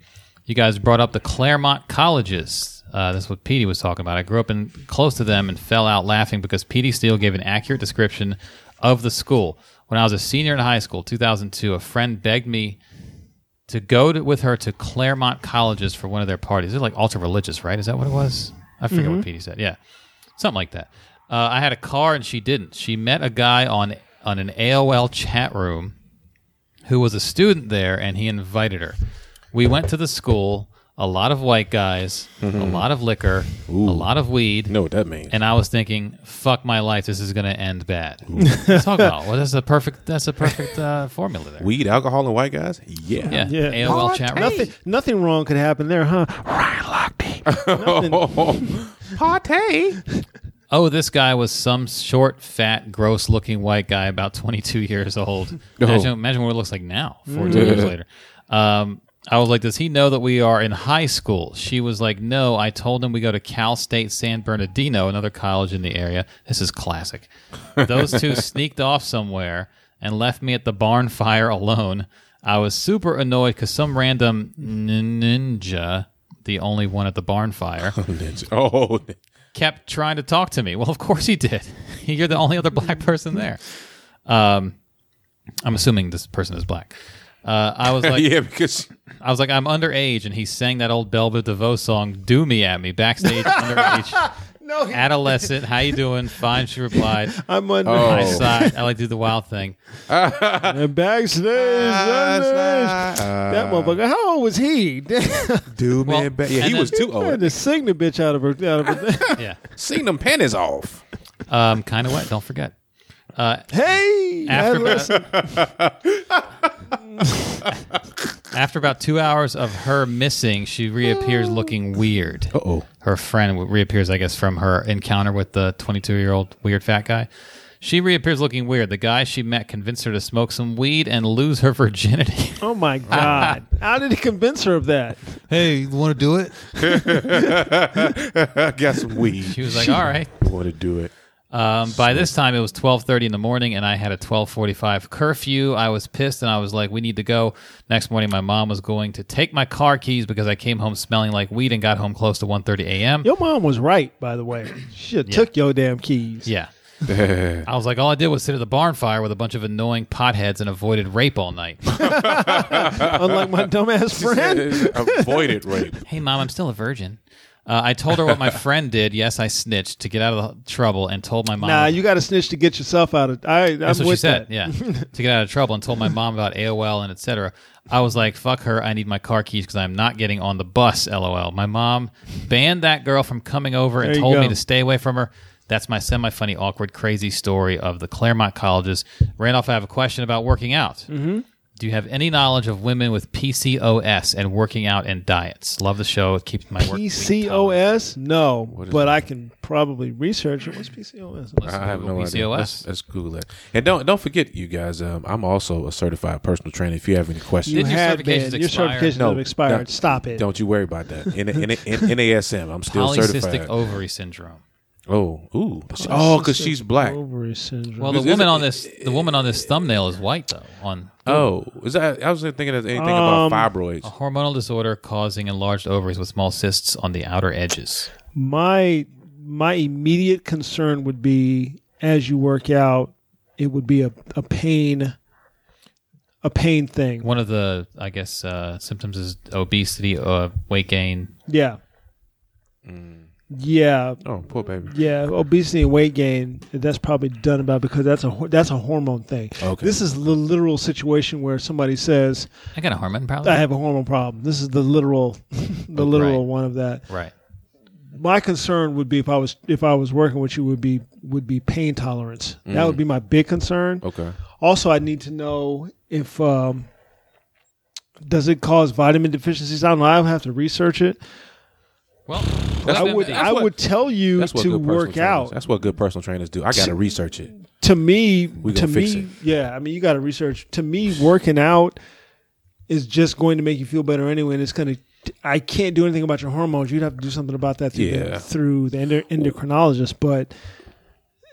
F: You guys brought up the Claremont colleges. Uh, that's what Petey was talking about. I grew up in close to them and fell out laughing because Petey Steele gave an accurate description of the school. When I was a senior in high school, 2002, a friend begged me to go to, with her to Claremont colleges for one of their parties. They're like ultra religious, right? Is that what it was? I forget what Petey said. Yeah something like that. Uh, I had a car and she didn't. She met a guy on on an AOL chat room who was a student there, and he invited her. We went to the school. A lot of white guys, a lot of liquor, a lot of weed.
G: know what that means?
F: And I was thinking, "Fuck my life! This is going to end bad." Talk about well, that's a perfect that's a perfect uh, formula there.
G: Weed, alcohol, and white guys. Yeah.
F: yeah,
E: Yeah.
F: AOL chat room.
E: Nothing, nothing wrong could happen there, huh?
G: Oh.
E: Ryan Lochte. Nothing.
F: Oh, this guy was some short, fat, gross looking white guy about 22 years old. Imagine, imagine what it looks like now, 14 years later. Um, I was like, Does he know that we are in high school? She was like, No, I told him we go to Cal State San Bernardino, another college in the area. This is classic. Those two sneaked off somewhere and left me at the barn fire alone. I was super annoyed because some random nin- ninja, the only one at the barn fire,
G: Oh,
F: kept trying to talk to me. Well, of course he did. You're the only other black person there. Um, I'm assuming this person is black. Uh, I was like,
G: yeah. Because
F: I was like, I'm underage, and he sang that old Belva DeVoe song, "Do Me at Me," backstage, underage,
E: No, he-
F: adolescent. How you doing? Fine, she replied.
E: I'm on
F: I
G: Oh.
F: sighed. I like to do the wild thing.
E: the backstage.
G: Ah,
E: underage. that motherfucker. How old was he? Damn,
G: do
F: Well,
G: man, back. Yeah, he
F: and
G: was
F: then-
G: too
E: I had
G: old.
E: to sing the bitch out of her. Out of her.
F: Yeah,
G: Seen them panties off.
F: um, kind of wet. Don't forget.
E: hey,
F: After-
E: adolescent.
F: After about two hours of her missing, she reappears looking weird. Uh
G: Uh-oh.
F: Her friend reappears, I guess, from her encounter with the 22 year old weird fat guy. She reappears looking weird. The guy she met convinced her to smoke some weed and lose her virginity.
E: oh my god!
F: Ah.
E: How did he convince her of that?
F: hey, you want to do it?
G: I got some
F: She
G: weed.
F: was like, all right.
G: Want to do it?
F: Um, by this time, it was twelve thirty in the morning, and I had a twelve forty-five curfew. I was pissed, and I was like, "We need to go." Next morning, my mom was going to take my car keys because I came home smelling like weed and got home close to 1.30 a.m.
E: Your mom was right, by the way. She took your damn keys.
F: Yeah. I was like, all I did was sit at the barn fire with a bunch of annoying potheads and avoided rape all night.
E: Unlike my dumbass friend.
G: Avoided rape.
F: hey, mom, I'm still a virgin. Uh, I told her what my friend did. Yes, I snitched to get out of the trouble and told my mom.
E: Nah, you got to snitch to get yourself out of. I, I'm
F: That's what
E: with
F: she said.
E: that.
F: Yeah, to get out of trouble and told my mom about AOL and etc. I was like, "Fuck her! I need my car keys because I'm not getting on the bus." LOL. My mom banned that girl from coming over and
E: There you
F: told me
E: go.
F: to stay away from her. That's my semi-funny, awkward, crazy story of the Claremont Colleges. Randolph, I have a question about working out. Mm-hmm. Do you have any knowledge of women with PCOS and working out and diets? Love the show. It keeps my work. week tolerable.
E: PCOS? No, but I can probably research it. What's PCOS?
F: Let's
G: I have
F: Google
G: no idea.
F: PCOS.
G: Let's, let's Google that. And don't don't forget, you guys. Um, I'm also a certified personal trainer. If you have any questions,
E: You
F: Did your
E: had
F: certifications
E: been. Your
F: expire?
E: certifications
G: No,
E: have expired.
G: no.
E: Stop it.
G: don't you worry about that. In, in, in, NASM, I'm still
F: Polycystic
G: certified.
F: ovary syndrome.
G: oh, ooh, oh, because she's black.
E: Ovary syndrome.
F: Well, the
G: Is- is
F: woman
G: it-
F: on this the woman on this thumbnail is white though. On
G: Oh, is that? I was thinking of anything
E: Um,
G: about fibroids.
F: hormonal disorder causing enlarged ovaries with small cysts on the outer edges.
E: my my immediate concern would be as you work out, it would be a, a pain, a pain thing.
F: One of the, I guess, uh, symptoms is obesity or weight gain.
E: Yeah.
G: Mm.
E: Yeah,
G: Oh, poor baby.
E: yeah. Obesity and weight gain. That's probably done about because that's a ho- that's a hormone thing.
G: Okay.
E: This is the literal situation where somebody says,
F: I got a hormone problem.
E: "I have a hormone problem." This is the literal, the literal one of that.
F: right.
E: my concern would be if I was if I was working with you would be would be pain tolerance. That would be my big concern.
G: Mm. Okay.
E: Also, I need to know if um, does it cause vitamin deficiencies. I don't know. I would have to research it.
F: Well,
G: That's-
E: I would
G: that's
E: I
G: what-
E: would tell you
G: That's what
E: to
G: good personal
E: work
G: trainers-
E: out.
G: That's what good personal trainers do. I got to research it.
E: to me,
G: gonna
E: to
G: fix
E: me,
G: it.
E: yeah. I mean, you got to research. To me, working out is just going to make you feel better anyway, and it's going to. I can't do anything about your hormones. You'd have to do something about that through,
G: Yeah.
E: the, through the endo- endocrinologist, but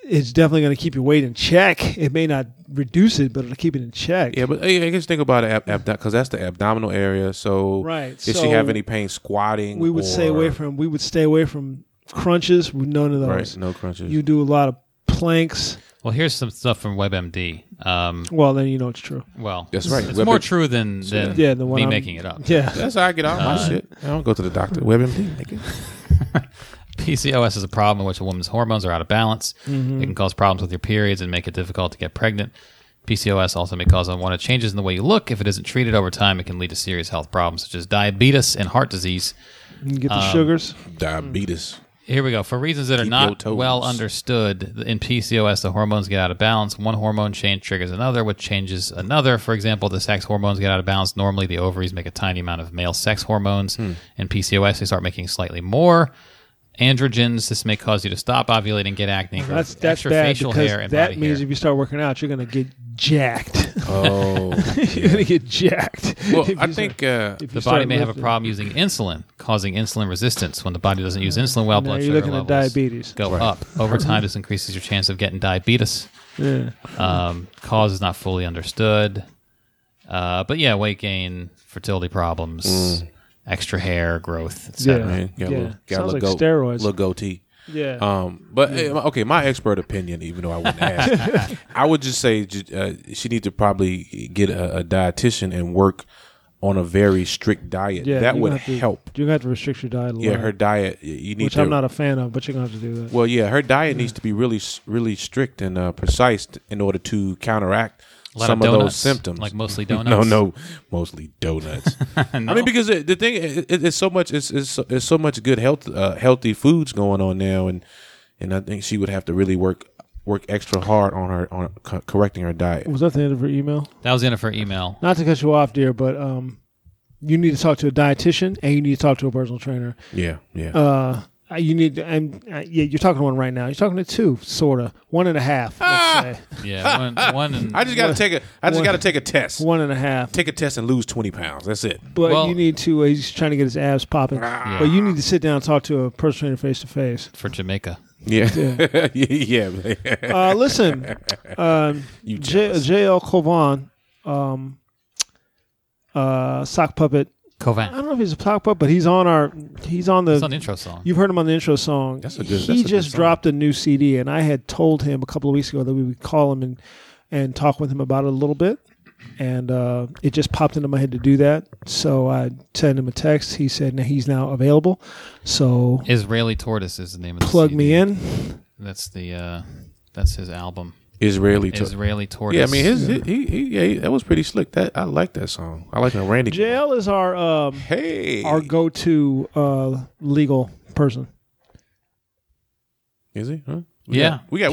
E: it's definitely going to keep your weight in check. It may not reduce it, but it'll keep it in check.
G: Yeah, but hey, I guess think about it because that's the abdominal area. So,
E: Right,
G: Did she have
E: so
G: any pain squatting?
E: we would stay away
G: or-
E: from. We would stay away from crunches. None of
G: right.
E: those.
G: No crunches.
E: You do a lot of planks.
F: well, here's some stuff from WebMD. Um,
E: Well, then you know it's true.
F: well,
G: That's
F: it's-
G: right.
F: It's
G: Web-
F: more true than than
E: Yeah, the one
F: me
E: I'm-
F: making it up.
E: Yeah.
G: that's how I get out my shit. I don't go to the doctor. WebMD. nigga.
F: PCOS is a problem in which a woman's hormones are out of balance.
E: Mm-hmm.
F: It can cause problems with your periods and make it difficult to get pregnant. PCOS also may cause unwanted changes in the way you look. If it isn't treated over time, it can lead to serious health problems such as diabetes and heart disease.
E: You can get the
F: Um,
E: sugars.
G: Diabetes.
F: Here we go. For reasons that are
G: your
F: not
G: toes.
F: well understood, in PCOS, the hormones get out of balance. One hormone change triggers another, which changes another. For example, the sex hormones get out of balance. Normally, the ovaries make a tiny amount of male sex hormones.
E: Hmm.
F: In PCOS, they start making slightly more. Androgens, this may cause you to stop ovulating, get acne, grow
E: That's that's
F: extra
E: bad
F: facial hair,
E: because
F: and
E: that
F: body
E: means
F: hair.
E: if you start working out, you're gonna get jacked.
G: Oh,
E: you're gonna get jacked.
G: well,
E: If you
G: I
E: start-
G: think uh,
E: if you
F: the body
E: start
F: may have a
E: lifting.
F: problem using insulin, causing insulin resistance. When the body doesn't use insulin well,
E: Now
F: blood
E: you're
F: sugar
E: looking at
F: levels
E: diabetes.
F: go up. Over time, this increases your chance of getting diabetes.
E: Yeah.
F: Um, cause is not fully understood. Uh, but yeah, weight gain, fertility problems, extra hair growth, etc.
E: Mm. Yeah.
G: man, got a
E: Yeah.
G: little, got a
E: Sounds
G: little
E: like
G: goat-
E: steroids.
G: little goatee.
E: Yeah.
G: Um, but eh, okay, my expert opinion, even though I wouldn't ask, I would just say ju- uh, she needs to probably get a, a dietitian and work on a very strict diet.
E: yeah,
G: that
E: you're
G: would
E: gonna have to-
G: help.
E: You're gonna have to restrict your diet a
G: Yeah,
E: lot,
G: her diet. y- You need
E: which
G: to.
E: I'm not a fan of, but you're gonna have to do that.
G: well, yeah, her diet needs to be really, s- really strict and uh, precise t- in order to counteract
F: A lot
G: some
F: of
G: of, those
F: donuts,
G: symptoms.
F: like mostly donuts.
G: No, no, mostly donuts. I mean, because it, the thing it, it- it's so much it's, it's so- it's so much good health uh, healthy foods going on now, and and I think she would have to really work work extra hard on her on co- correcting her diet.
E: Was that the end of her email?
F: That was in it for email.
E: Not to cut you off, dear, but um, you need to talk to a dietitian and you need to talk to a personal trainer.
G: Yeah, yeah.
E: Uh, you need to, and uh, yeah, you're talking to one right now. You're talking to two, sort of one and a half. Let's say.
F: Yeah, one, one and,
G: I just got to take a I just got to take a test.
E: One and a half.
G: Take a test and lose twenty pounds. That's it.
E: But
F: Well-
E: you need to. Uh, he's trying to get his abs popping. But you need to sit down and talk to a personal trainer face to face.
F: for Jamaica.
G: Yeah, yeah, yeah. man.
E: Uh, Listen, um,
G: You
E: J-
G: jealous.
E: JL Covan, um, uh, sock puppet. I
F: Covan.
E: don't know if he's a sock puppet, but he's on our. He's on the.
F: It's an intro song.
E: You've heard him on the intro song.
G: That's a good-
E: he
G: that's a good
E: just
G: song.
E: dropped a new CD, and I had told him a couple of weeks ago that we would call him and and talk with him about it a little bit. And uh, it just popped into my head to do that, so I sent him a text. He said now he's now available, so
F: Israeli Tortoise is the name of the
E: plug
F: CD.
E: me in.
F: That's the uh, that's his album.
G: Israeli. to-
F: Israeli Tortoise.
G: yeah, I mean his he, he yeah he, that was pretty slick. That I like that song. I like that Randy.
E: JL is our um,
G: Hey,
E: our go to uh, legal person.
G: is he? Huh? We
F: Yeah.
G: got- we got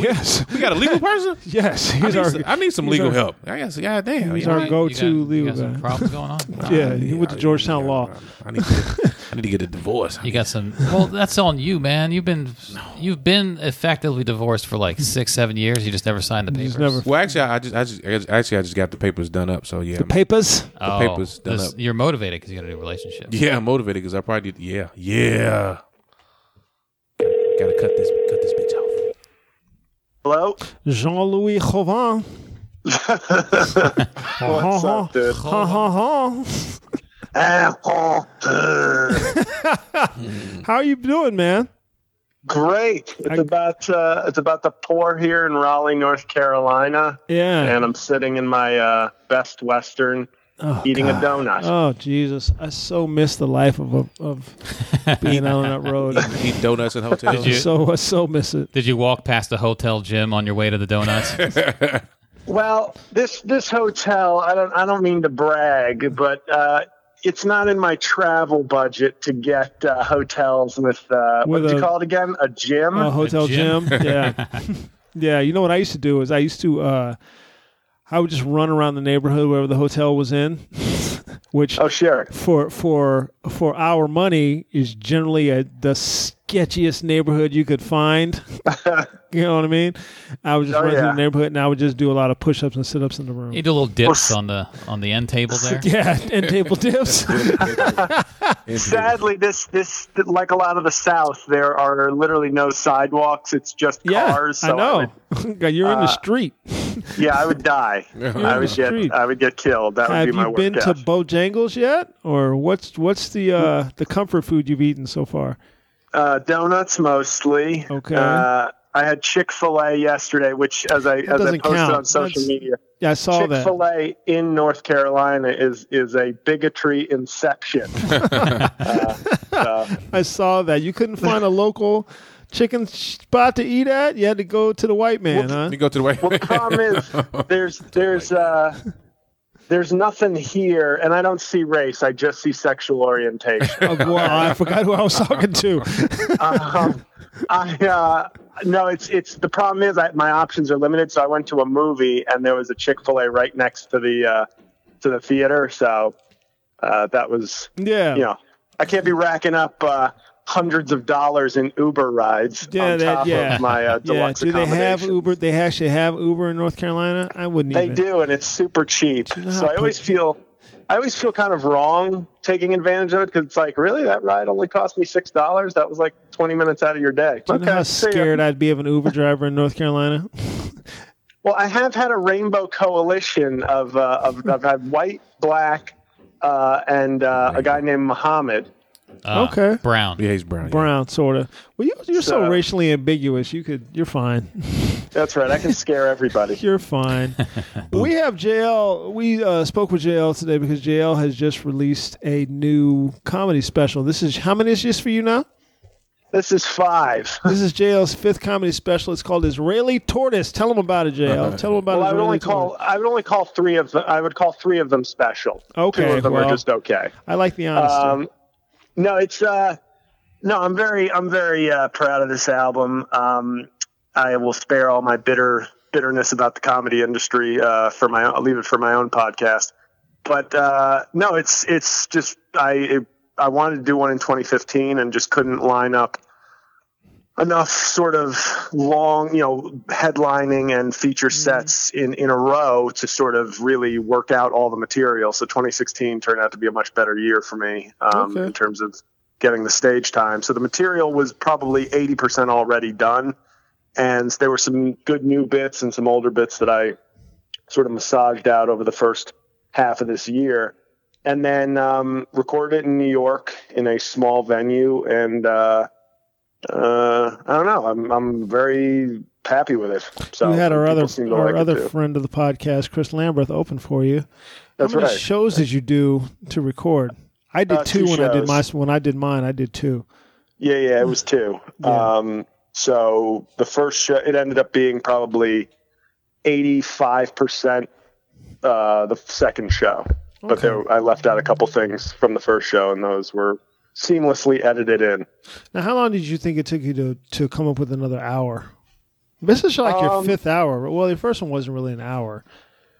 G: we, we got a legal person.
E: Yes,
G: I
E: he's
G: need,
E: our
G: some, I need some
E: he's
G: legal
E: our-
G: help. I guess, God damn.
E: he's
G: yeah,
E: our
G: I-
E: go
F: You got-
E: to
F: you
E: legal
F: got some
E: guy.
F: problems going on.
E: Yeah, he went to
G: I-
E: Georgetown
G: yeah,
E: Law.
G: I need, to get, I need to get a divorce.
F: You got some. Well, that's on you, man. You've been you've been effectively divorced for like six, seven years. You just never signed the papers.
E: He's never
G: well, actually, I just, I just, I just- actually, I just got the papers done up. So yeah, I'm-
E: papers.
F: oh,
G: papers done
F: this-
G: up.
F: You're motivated because you got a new relationship.
G: yeah, I'm motivated because I probably did. Yeah, yeah. Gotta, gotta cut this, cut this bitch off.
D: Hello?
E: Jean Louis Chauvin.
D: What's
E: Oh,
D: up, dude?
E: Ha ha ha.
D: Helicopter.
E: How are you doing, man?
D: Great. It's about uh, it's about the poor here in Raleigh, North Carolina.
E: Yeah.
D: And I'm sitting in my uh, best Western,
E: Oh,
D: eating
E: God.
D: a donut.
E: Oh Jesus! I so miss the life of a, of being out on that road.
G: Eat donuts in hotels.
F: Did you-
E: so I so miss it.
F: Did you walk past the hotel gym on your way to the donuts?
D: Well, this this hotel, I don't I don't mean to brag, but uh, it's not in my travel budget to get uh, hotels with uh,
E: With
D: what did
E: a-
D: you call it again? A gym.
E: a hotel
F: gym.
E: gym. Yeah, yeah. You know what I used to do is I used to uh, I would just run around the neighborhood wherever the hotel was in, which
D: oh, sure.
E: for for for our money is generally a, the sketchiest neighborhood you could find. you know what I mean? I would just
D: Oh,
E: run through
D: yeah.
E: the neighborhood and I would just do a lot of push-ups and sit-ups in the room.
F: you do little dips on the on the end table there.
E: yeah, and table dips.
D: Sadly, this this like a lot of the South, there are literally no sidewalks. It's just
E: yeah,
D: cars. So
E: I know.
D: would- uh,
E: God, You're in the street.
D: yeah, I would die. I would get
E: street.
D: I would get killed. That would
E: Have
D: be my
E: you
D: worst
E: been to
D: death.
E: Bojangles yet, or what's what's the uh, the comfort food you've eaten so far?
D: Uh, donuts mostly.
E: Okay.
D: Uh, I had Chick Fil A yesterday, which as I as I
E: doesn't
D: posted
E: count.
D: on social
E: That's-
D: media,
E: Yeah, I saw
D: Chick
E: that.
D: Fil A in North Carolina is is a bigotry inception.
E: I saw that. You couldn't find a local chicken spot to eat at. You had to go to the white man, huh?
G: You go to the way.
D: well, the problem is there's there's uh there's nothing here, and I don't see race. I just see sexual orientation.
E: Oh, wow, I forgot who I was talking to.
D: um, I uh, no, it's it's the problem is I, my options are limited. So I went to a movie, and there was a Chick Fil A right next to the uh, to the theater. So uh, that was
E: Yeah,
D: you know I can't be racking up. Uh, Hundreds of dollars in Uber rides
E: Yeah,
D: on
E: that-
D: top
E: yeah.
D: of my uh,
E: yeah.
D: deluxe
E: Do they have
D: accommodation.
E: Uber? They actually have Uber in North Carolina. I wouldn't
D: They
E: even.
D: do, and it's super cheap.
E: know
D: So
E: how
D: I always
E: put-
D: feel, I always feel kind of wrong taking advantage of it because it's like, really, that ride only cost me six dollars. That was like twenty minutes out of your day.
E: Do you know how
D: see ya.
E: scared I'd be of an Uber driver in North Carolina?
D: Well, I have had a rainbow coalition of uh, of I've had white, black, uh, and uh, a guy named Muhammad.
F: Uh,
E: Okay.
F: Brown.
G: Yeah, he's brown. yeah.
E: Brown, sort of. Well, you, you're so,
D: So-
E: racially ambiguous. You could. You're fine.
D: That's right. I can scare everybody.
E: You're fine. we have JL. We uh, spoke with JL today because JL has just released a new comedy special. This is how many is this for you now?
D: This is five.
E: This is JL's fifth comedy special. It's called Israeli Tortoise. Tell him about it, JL. Tell him about
D: Well, I would
E: Israeli
D: only call
E: Tortoise.
D: I would only call three of them. I would call three of them special. Two
E: Okay,
D: of them
E: well,
D: are just okay.
E: I like the honesty.
D: Um, no, it's uh, no. I'm very, I'm very uh, proud of this album. Um, I will spare all my bitter bitterness about the comedy industry uh, for my. I'll leave it for my own podcast. But uh, no, it's it's just I it, I wanted to do one in 2015 and just couldn't line up enough sort of long, you know, headlining and feature sets in, in a row to sort of really work out all the material. So 2016 turned out to be a much better year for me um,
E: Okay.
D: in terms of getting the stage time. So the material was probably 80% already done. And there were some good new bits and some older bits that I sort of massaged out over the first half of this year. And then um, recorded it in New York in a small venue. And, uh, uh, I don't know. I'm I'm very happy with it. So
E: we had our
D: people
E: other
D: seem to
E: our
D: like it,
E: other
D: too.
E: friend of the podcast, Chris Lambert, open for you.
D: That's
E: How many
D: right.
E: shows did you do to record? I did
D: Uh,
E: two,
D: two
E: when I did
D: shows.
E: my when I did mine. I did two.
D: yeah, yeah. It was two.
E: Yeah.
D: Um, so the first show, it ended up being probably eighty five percent. Uh, the second show, but
E: Okay.
D: there I left out a couple things from the first show, and those were seamlessly edited in.
E: Now, how long did you think it took you to to come up with another hour? This is like your
D: Um,
E: fifth hour. Well, your first one wasn't really an hour.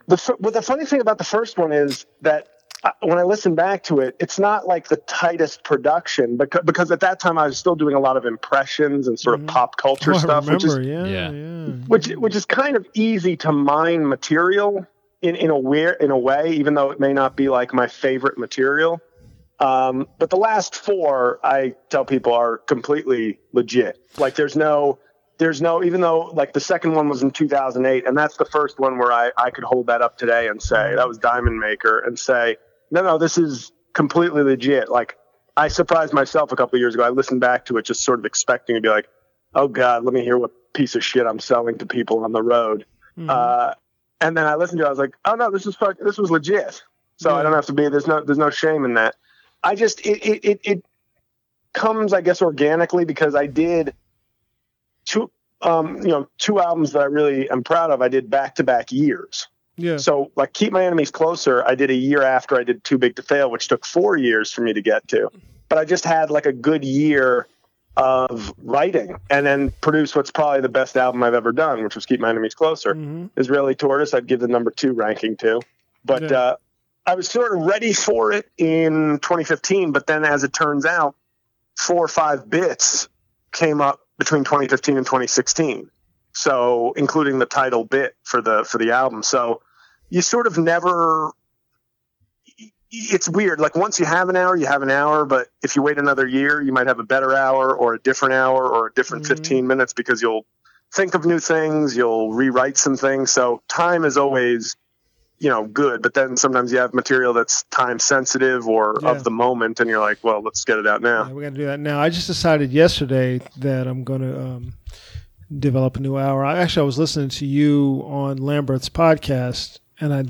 D: the fir- well, the funny thing about the first one is that I, when I listen back to it, it's not like the tightest production because because at that time I was still doing a lot of impressions and sort of pop culture
E: Oh, I
D: stuff, which is
E: remember. yeah,
F: Yeah.
E: yeah,
D: which which is kind of easy to mine material in in a weir in a way, even though it may not be like my favorite material. Um, but the last four, I tell people are completely legit. Like there's no there's no even though like the second one was in 2008 and that's the first one where I, I could hold that up today and say that was diamond maker and say no no this is completely legit like i surprised myself a couple years ago i listened back to it just sort of expecting to be like oh God, let me hear what piece of shit I'm selling to people on the road.
E: Mm-hmm.
D: Uh, and then I listened to it. I was like, oh no, this was fuck, this was legit. So I don't have to be. There's no there's no shame in that. I just it it it, it comes I guess organically because I did two um you know two albums that I really am proud of. I did back to back years.
E: Mm-hmm. Yeah.
D: So like Keep My Enemies Closer, I did a year after I did Too Big to Fail, which took four years for me to get to. But I just had like a good year of writing and then produced what's probably the best album I've ever done, which was Keep My Enemies Closer.
E: Mm-hmm.
D: Israeli Tortoise, I'd give the number two ranking to. But
E: Yeah.
D: uh, I was sort of ready for it in 2015. But then as it turns out, four or five bits came up between 2015 and 2016 so including the title bit for the for the album so you sort of never it's weird like once you have an hour you have an hour but if you wait another year you might have a better hour or a different hour or a different 15 minutes because you'll think of new things you'll rewrite some things so time is always you know good but then sometimes you have material that's time sensitive or
E: Yeah.
D: of the moment and you're like well let's get it out now
E: Yeah, we got to do that now. I just decided yesterday that I'm going to um, develop a new hour. I, actually, I was listening to you on Lambert's podcast, and I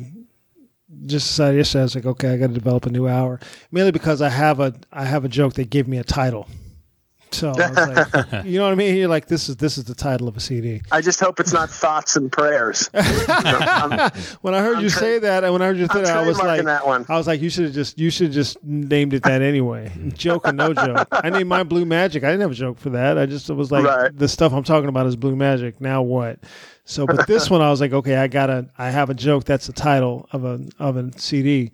E: just decided yesterday I was like, okay, I got to develop a new hour, mainly because I have a I have a joke that gave me a title. So I was like, you know what I mean? You're like, this is this is the title of a CD.
D: I just hope it's not thoughts and prayers. I'm-
E: When I heard you
D: tra-
E: say that, and when I heard you say
D: I'm
E: that, I was like,
D: trademarking that one.
E: I was like, you should have just you should have just named it that anyway. joke or no joke. I named mine Blue Magic. I didn't have a joke for that. I just was like,
D: Right.
E: the stuff I'm talking about is Blue Magic. Now what? So, but this one, I was like, okay, I gotta. I have a joke. That's the title of a of a CD.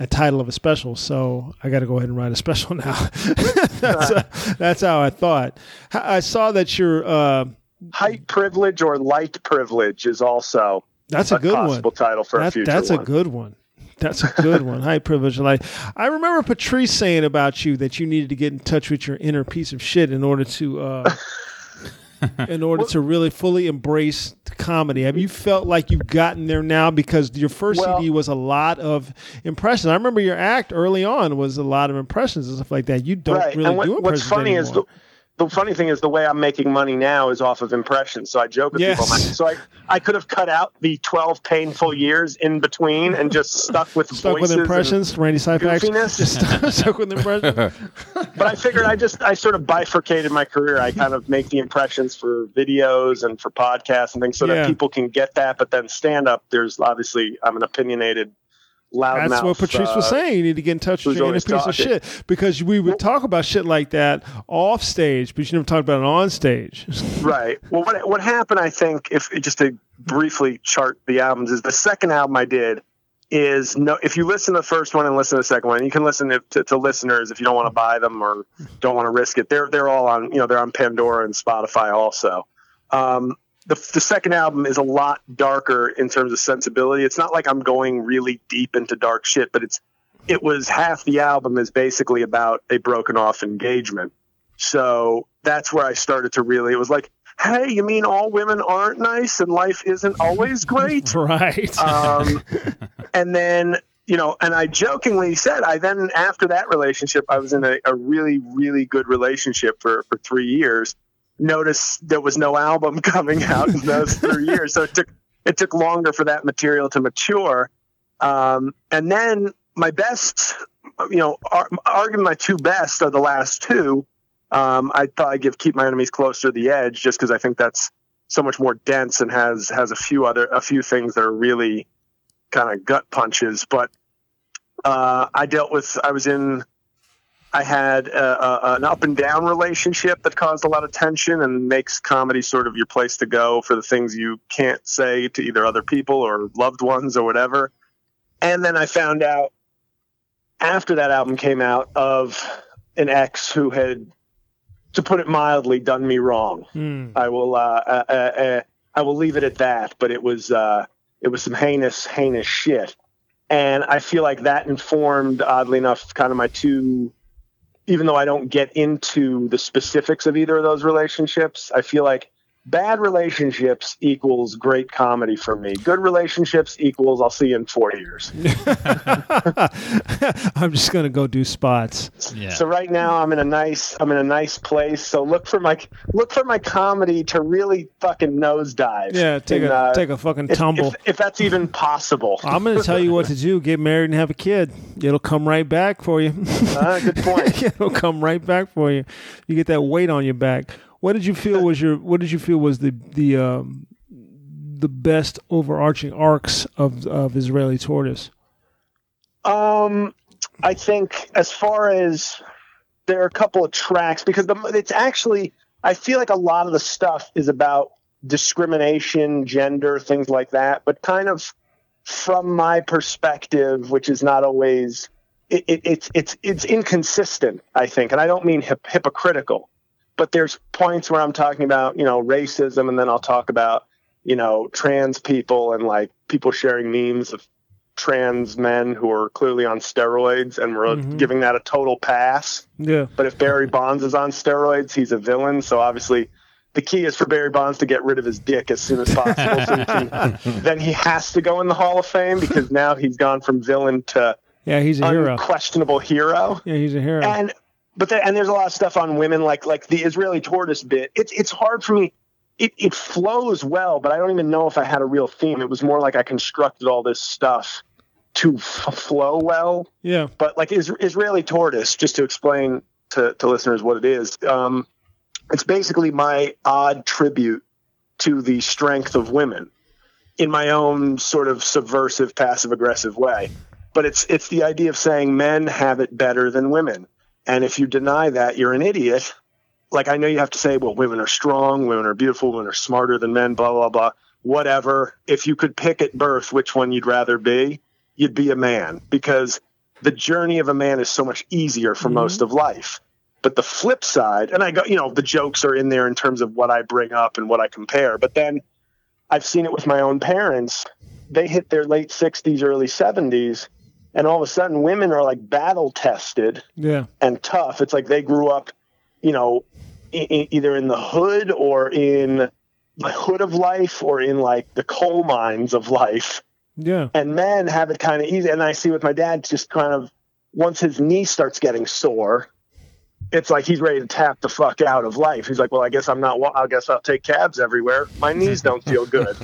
E: A title of a special, so I got to go ahead and write a special now. that's, that's how I thought. I I saw that your uh,
D: height privilege or light privilege is also
E: that's a, good one.
D: possible title for a
E: That-
D: future
E: that's
D: one.
E: a good one. That's a good one. High privilege. Like I remember Patrice saying about you that you needed to get in touch with your inner piece of shit in order to uh, in order to really fully embrace comedy. Have you felt like you've gotten there now? Because your first
D: Well-
E: CD was a lot of impressions. I remember your act early on was a lot of impressions and stuff like that. You don't
D: right.
E: really
D: and what-
E: do
D: what's
E: impressions
D: funny is the,
E: anymore.
D: the funny thing is the way I'm making money now is off of impressions. So I joke with
E: Yes.
D: people. I'm like- So I, I could have cut out the 12 painful years in between and just stuck with
E: stuck
D: voices
E: with
D: and-
E: impressions. Randy Syfax
D: goofiness.
E: just stuck, stuck with impressions.
D: but I figured I just I sort of bifurcated my career. I kind of make the impressions for videos and for podcasts and things so
E: Yeah.
D: that people can get that. But then stand up, there's obviously I'm an opinionated loudmouth.
E: That's what Patrice was
D: uh,
E: saying. You need to get in touch with
D: who's
E: your inner
D: always
E: piece of
D: talking.
E: shit because we would talk about shit like that off stage, but you never talked about it on stage.
D: right. Well, what what happened? I think if just to briefly chart the albums is the second album I did is no. If you listen to the first one and listen to the second one, you can listen to, to, to listeners if you don't want to buy them or don't want to risk it. They're they're all on you know they're on Pandora and Spotify also. Um, the, the second album is a lot darker in terms of sensibility. It's not like I'm going really deep into dark shit, but it's it was half the album is basically about a broken off engagement. So that's where I started to really. It was like, hey, you mean all women aren't nice and life isn't always great?
E: right.
D: um, and then you know and i jokingly said i then after that relationship i was in a, a really really good relationship for for three years noticed there was no album coming out in those three years so it took it took longer for that material to mature um, and then my best you know ar- arguing my two best are the last two um, i thought i'd give keep my enemies closer to the edge just because i think that's so much more dense and has has a few other a few things that are really kind of gut punches. But uh, I dealt with I was in I had a, a, an up and down relationship that caused a lot of tension and makes comedy sort of your place to go for the things you can't say to either other people or loved ones or whatever. And then I found out after that album came out of an ex who had, to put it mildly, done me wrong.
E: Hmm.
D: I will uh, uh, uh, uh, I will leave it at that. But it was uh, it was some heinous heinous shit, and I feel like that informed, oddly enough, kind of my two. Even though I don't get into the specifics of either of those relationships, I feel like bad relationships equals great comedy for me. Good relationships equals I'll see you in four years.
E: I'm just gonna go do spots.
F: Yeah.
D: So right now I'm in a nice I'm in a nice place. So look for my look for my comedy to really fucking nosedive.
E: Yeah, take
D: And,
E: a
D: uh,
E: take a fucking
D: if-
E: tumble.
D: if, if that's even possible.
E: I'm gonna tell you what to do: get married and have a kid. It'll come right back for you.
D: Uh, good point.
E: It'll come right back for you. You get that weight on your back. What did you feel was your? What did you feel was the the um, the best overarching arcs of of Israeli tortoise?
D: Um, I think as far as there are a couple of tracks because the it's actually I feel like a lot of the stuff is about discrimination, gender, things like that, but kind of from my perspective, which is not always it, it, it's it's it's inconsistent, I think, and I don't mean hip, hypocritical, but there's points where I'm talking about you know racism, and then I'll talk about you know trans people and like people sharing memes of trans men who are clearly on steroids, and we're giving that a total pass.
E: Yeah,
D: But if Barry Bonds is on steroids, he's a villain. So obviously, the key is for Barry Bonds to get rid of his dick as soon as possible. so he can, then he has to go in the Hall of Fame because now he's gone from villain to
E: yeah, he's a hero.
D: unquestionable hero.
E: Yeah, he's a hero.
D: And but there, and there's a lot of stuff on women, like like the Israeli tortoise bit. It's it's hard for me. It it flows well, but I don't even know if I had a real theme. It was more like I constructed all this stuff to f- flow well
E: yeah,
D: but like is, Israeli tortoise, just to explain to, to listeners what it is, um, it's basically my odd tribute to the strength of women in my own sort of subversive, passive aggressive way. But it's it's the idea of saying men have it better than women, and if you deny that, you're an idiot. Like I know you have to say, well, women are strong, women are beautiful, women are smarter than men, blah blah blah, whatever. If you could pick at birth which one you'd rather be, you'd be a man because the journey of a man is so much easier for most of life. But the flip side, and I go, you know, the jokes are in there in terms of what I bring up and what I compare. But then I've seen it with my own parents. They hit their late 60s, early 70s, and all of a sudden women are like battle tested
E: yeah,
D: and tough. It's like they grew up, you know, e- e- either in the hood or in the hood of life or in like the coal mines of life
E: yeah,
D: and men have it kind of easy. And I see with my dad, just kind of once his knee starts getting sore, it's like he's ready to tap the fuck out of life. He's like, well, I guess I'm not. wa- I guess I'll take cabs everywhere. My knees don't feel good.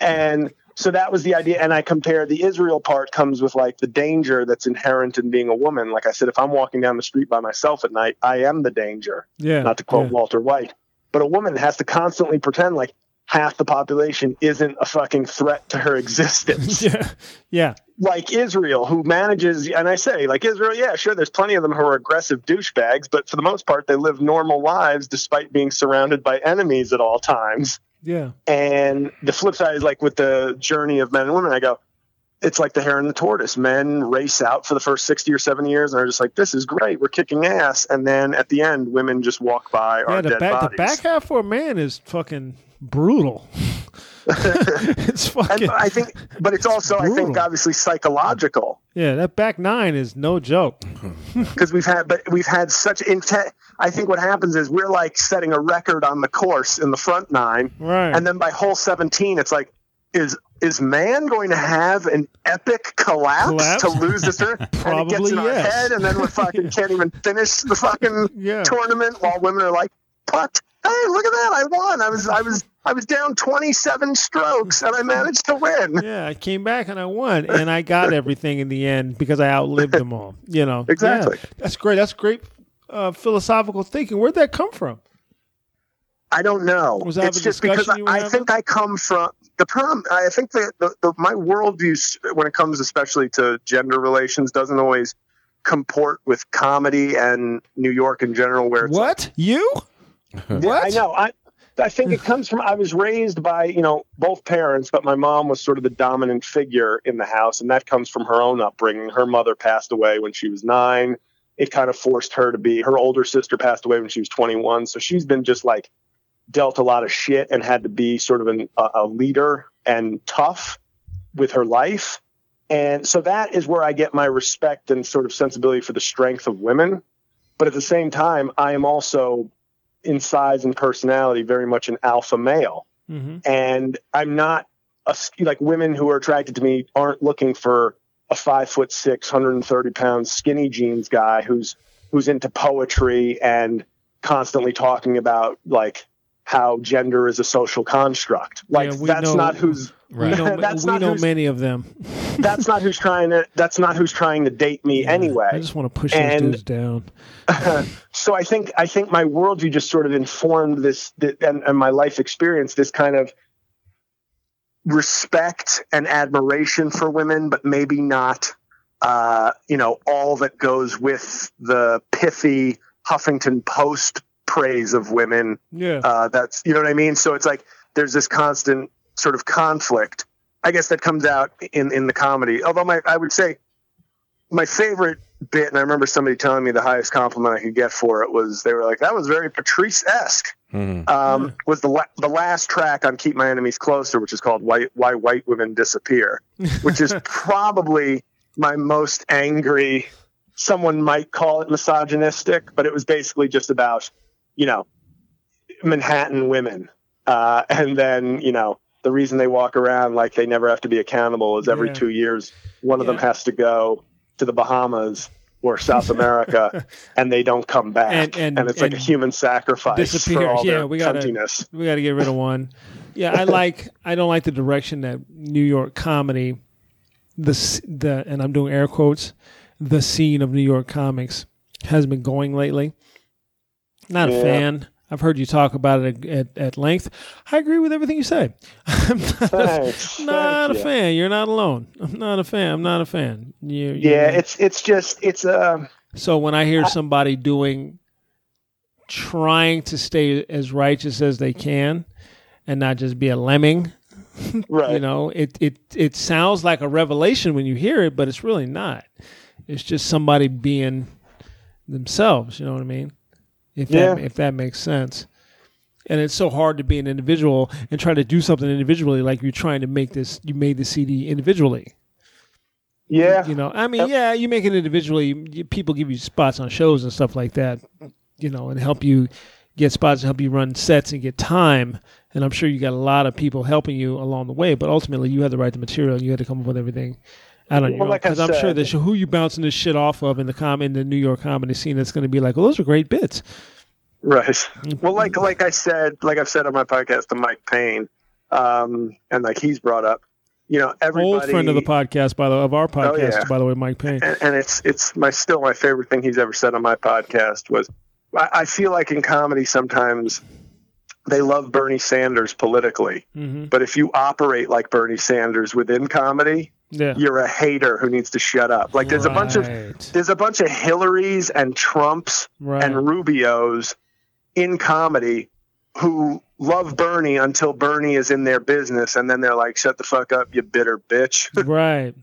D: and so that was the idea. And I compare the Israel part comes with like the danger that's inherent in being a woman. Like I said, if I'm walking down the street by myself at night, I am the danger
E: yeah.
D: not to quote
E: yeah.
D: Walter White, but a woman has to constantly pretend like half the population isn't a fucking threat to her existence.
E: Yeah, yeah,
D: Like Israel, who manages, and I say, like Israel, yeah, sure, there's plenty of them who are aggressive douchebags, but for the most part, they live normal lives despite being surrounded by enemies at all times.
E: yeah,
D: And the flip side is like with the journey of men and women, I go, it's like the hare and the tortoise. Men race out for the first 60 or 70 years and are just like, this is great. We're kicking ass. And then at the end, women just walk by our
E: yeah. The
D: dead
E: back, the
D: bodies.
E: back half for a man is fucking brutal. it's
D: and
E: fucking
D: I think, but it's also, I think,
E: brutal.
D: obviously psychological
E: yeah. That back nine is no joke.
D: because we've had, but we've had such intent. I think what happens is we're like setting a record on the course in the front nine,
E: Right.
D: and then by hole 17, it's like, is is man going to have an epic collapse,
E: Collapse?
D: to lose this? turn? and it
E: Probably
D: gets in
E: yes.
D: our head, and then we fucking can't even finish the fucking
E: Yeah.
D: tournament while women are like, "Putt! Hey, look at that! I won! I was I was I was down 27 strokes, and I managed to win."
E: Yeah, I came back and I won, and I got everything in the end because I outlived them all. You know,
D: Exactly.
E: Yeah. that's great. That's great uh, philosophical thinking. Where'd that come from?
D: I don't know.
E: Was that
D: it's
E: a
D: just because
E: discussion you were
D: I, I
E: having?
D: think I come from the problem. I think that the, the, my worldview, s- when it comes especially to gender relations, doesn't always comport with comedy and New York in general, where it's
E: What you?
D: yeah,
E: What?
D: I know. I I think it comes from I was raised by you know both parents, but my mom was sort of the dominant figure in the house, and that comes from her own upbringing. Her mother passed away when she was nine. It kind of forced her to be. Her older sister passed away when she was 21, so she's been just like dealt a lot of shit and had to be sort of an, a, a leader and tough with her life. And so that is where I get my respect and sort of sensibility for the strength of women. But at the same time, I am also in size and personality very much an alpha male,
E: Mm-hmm.
D: and I'm not a, like women who are attracted to me aren't looking for a five foot six, 130 pound skinny jeans guy who's who's into poetry and constantly talking about like how gender is a social construct. Like
E: Yeah, we
D: that's
E: know-
D: not who's
E: We know,
D: that's
E: we
D: not
E: know
D: who's,
E: many of them.
D: that's not who's trying to that's not who's trying to date me anyway.
E: I just want to push
D: And-
E: those dudes down.
D: so I think I think my worldview just sort of informed this, th- and, and my life experience this kind of respect and admiration for women, but maybe not, uh, you know, all that goes with the pithy Huffington Post praise of women.
E: Yeah.
D: Uh, that's you know what I mean. So it's like there's this constant sort of conflict. I guess that comes out in in the comedy. Although my I would say my favorite bit, and I remember somebody telling me the highest compliment I could get for it was they were like, "That was very Patrice esque." Um, Was the la- the last track on "Keep My Enemies Closer," which is called "Why Why White Women Disappear," which is probably my most angry. Someone might call it misogynistic, but it was basically just about you know Manhattan women, uh, and then you know. The reason they walk around like they never have to be accountable is every
E: Yeah.
D: two years one of them
E: Yeah.
D: has to go to the Bahamas or South America, and they don't come back,
E: And-
D: and,
E: and-
D: it's like
E: and
D: a human sacrifice
E: disappear.
D: for all
E: Yeah,
D: their
E: we gotta-
D: cuntiness.
E: We got to get rid of one. Yeah, I like. I don't like the direction that New York comedy, the s- the and I'm doing air quotes, the scene of New York comics has been going lately. Not a
D: Yeah.
E: fan. I've heard you talk about it at, at length. I agree with everything you say. I'm not, a,
D: Thanks.
E: not a
D: Thank you.
E: fan. You're not alone. I'm not a fan. I'm not a fan. You, you-
D: Yeah, it's it's just it's um
E: so when I hear somebody doing, trying to stay as righteous as they can, and not just be a lemming,
D: right.
E: you know, it it it sounds like a revelation when you hear it, but it's really not. It's just somebody being themselves. You know what I mean? If that
D: Yeah.
E: if that makes sense. And it's so hard to be an individual and try to do something individually, like you're trying to make this. You made the CD individually.
D: yeah,
E: You know, I mean, yeah, you make it individually. you- People give you spots on shows and stuff like that, you know, and help you get spots and help you run sets and get time. And I'm sure you got a lot of people helping you along the way, but ultimately you had to write the material and you had to come up with everything out on your
D: Well,
E: own.
D: like I
E: Because I'm sure
D: said-
E: that who you bouncing this shit off of in the com in the New York comedy scene that's going to be like, well, those are great bits.
D: right.
E: Mm-hmm.
D: Well, like like I said, like I've said on my podcast to Mike Payne, um, and like he's brought up, you know, everybody Oh,
E: Old friend of the podcast, by the of our podcast,
D: yeah.
E: by the way, Mike Payne.
D: and, and it's it's my still my favorite thing he's ever said on my podcast was I, I feel like in comedy sometimes they love Bernie Sanders politically,
E: Mm-hmm.
D: but if you operate like Bernie Sanders within comedy,
E: Yeah,
D: you're a hater who needs to shut up. Like there's a bunch of
E: Right.
D: there's a bunch of Hillaries and Trumps
E: Right.
D: and Rubios in comedy who love Bernie until Bernie is in their business and then they're like, Shut the fuck up, you bitter bitch.
E: right,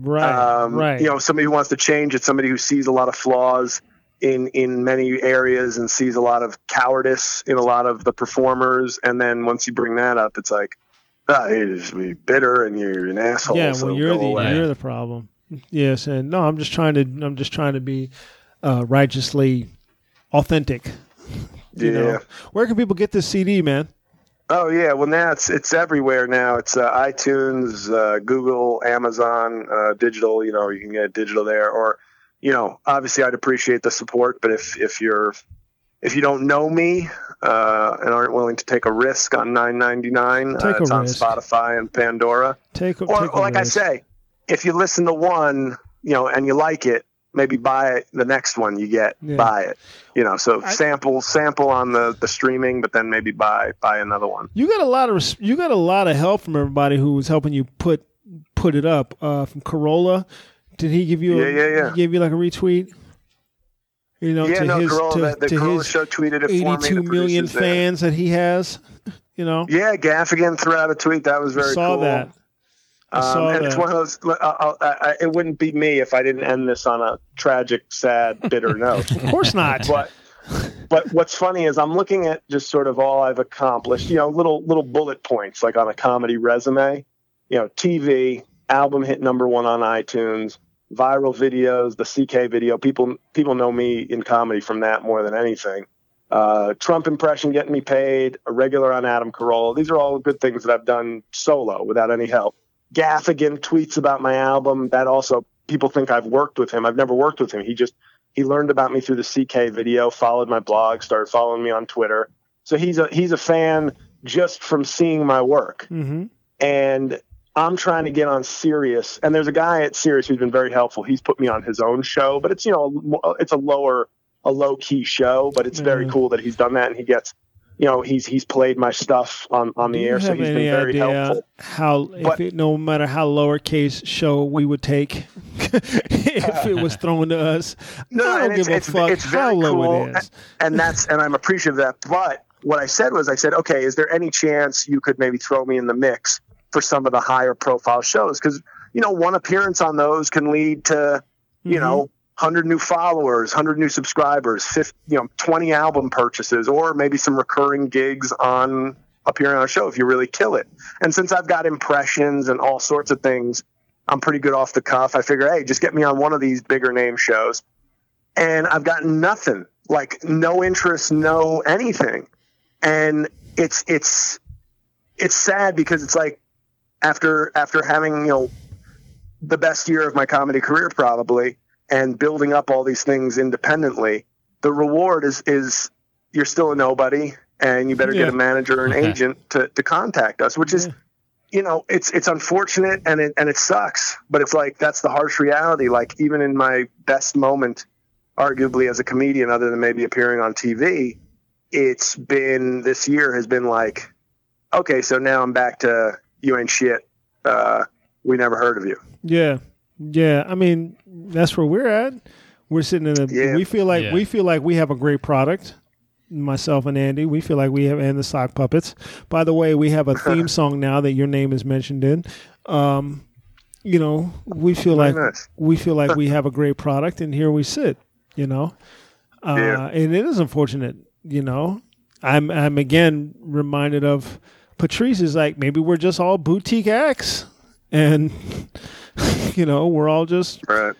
E: right,
D: um,
E: right.
D: you know somebody who wants to change it's somebody who sees a lot of flaws in in many areas and sees a lot of cowardice in a lot of the performers and then once you bring that up it's like ah, you just be bitter and you're an asshole
E: Yeah,
D: so
E: well, you're
D: go
E: the
D: away."
E: you're the problem. Yes, and no, I'm just trying to I'm just trying to be uh, righteously authentic. You
D: yeah
E: know, where can people get this CD, man?
D: oh yeah well now it's it's everywhere now it's uh, itunes uh, google amazon uh, digital you know you can get it digital there or you know obviously i'd appreciate the support but if if you're if you don't know me uh, and aren't willing to take a risk on 9.99 uh,
E: Take a
D: it's on
E: risk.
D: spotify and pandora
E: Take,
D: or,
E: take
D: or like i
E: risk.
D: say if you listen to one you know and you like it maybe buy it the next one you get
E: Yeah.
D: buy it you know so sample sample on the the streaming but then maybe buy buy another one
E: you got a lot of res- you got a lot of help from everybody who was helping you put put it up. Uh, from Corolla, did he give you? a-
D: Yeah, yeah, yeah.
E: He gave you like a retweet. You know,
D: yeah
E: to
D: no
E: his
D: Corolla,
E: to,
D: the, the
E: to
D: Corolla
E: his
D: show tweeted it for me
E: eighty-two
D: the
E: million
D: producers there.
E: fans that he has. You know,
D: yeah gaffigan threw out a tweet that was very
E: saw
D: cool
E: that. I
D: Um,
E: saw
D: and
E: that.
D: it's one of those. I, I, I, it wouldn't be me if I didn't end this on a tragic, sad, bitter note.
E: of course not.
D: But but what's funny is I'm looking at just sort of all I've accomplished. You know, little little bullet points like on a comedy resume. You know, TV album hit number one on iTunes, viral videos, the CK video. People people know me in comedy from that more than anything. uh, Trump impression getting me paid, a regular on Adam Carolla. These are all good things that I've done solo without any help. Gaffigan tweets about my album. That also people think I've worked with him. I've never worked with him. He just he learned about me through the CK video, followed my blog, started following me on Twitter. So he's a he's a fan just from seeing my work
E: Mm-hmm.
D: and I'm trying to get on Sirius. And there's a guy at Sirius who's been very helpful. He's put me on his own show, but it's you know a mo- it's a lower a low key show, but it's very
E: Mhm.
D: cool that he's done that and he gets you know he's he's played my stuff on on the
E: Do you
D: air, so
E: have
D: he's been
E: any
D: very
E: idea
D: helpful.
E: How, if
D: But-
E: it, no matter how lowercase show we would take, if it was thrown to us, I don't
D: and
E: give a fuck how low it is.
D: a- And that's and I'm appreciative of that. But what I said was I said, okay, is there any chance you could maybe throw me in the mix for some of the higher profile shows? Because you know, one appearance on those can lead to,
E: Mm-hmm.
D: you know, hundred new followers, hundred new subscribers, 50, you know, twenty album purchases, or maybe some recurring gigs on appearing on a show if you really kill it. And since I've got impressions and all sorts of things, I'm pretty good off the cuff. I figure, hey, just get me on one of these bigger name shows and I've gotten nothing, like no interest, no anything. And it's it's it's sad because it's like after after having, you know, the best year of my comedy career probably and building up all these things independently, the reward is is you're still a nobody and you better
E: Yeah.
D: get a manager or an
F: Okay.
D: agent to, to contact us, which is you know, it's it's unfortunate and it and it sucks, but it's like that's the harsh reality. Like even in my best moment, arguably as a comedian, other than maybe appearing on TV, it's been this year has been like, okay, so now I'm back to you ain't shit. Uh, we never heard of you.
E: Yeah, yeah. I mean, that's where we're at. We're sitting in a.
D: Yeah.
E: We feel like
F: Yeah.
E: we feel like we have a great product. Myself and Andy, we feel like we have, and the sock puppets. By the way, we have a theme song now that your name is mentioned in. Um, you know, we feel like
D: nice.
E: we feel like we have a great product, and here we sit. You know, uh,
D: Yeah.
E: and it is unfortunate. You know, I'm I'm again reminded of Patrice is like maybe we're just all boutique acts, and you know we're all just
D: Right.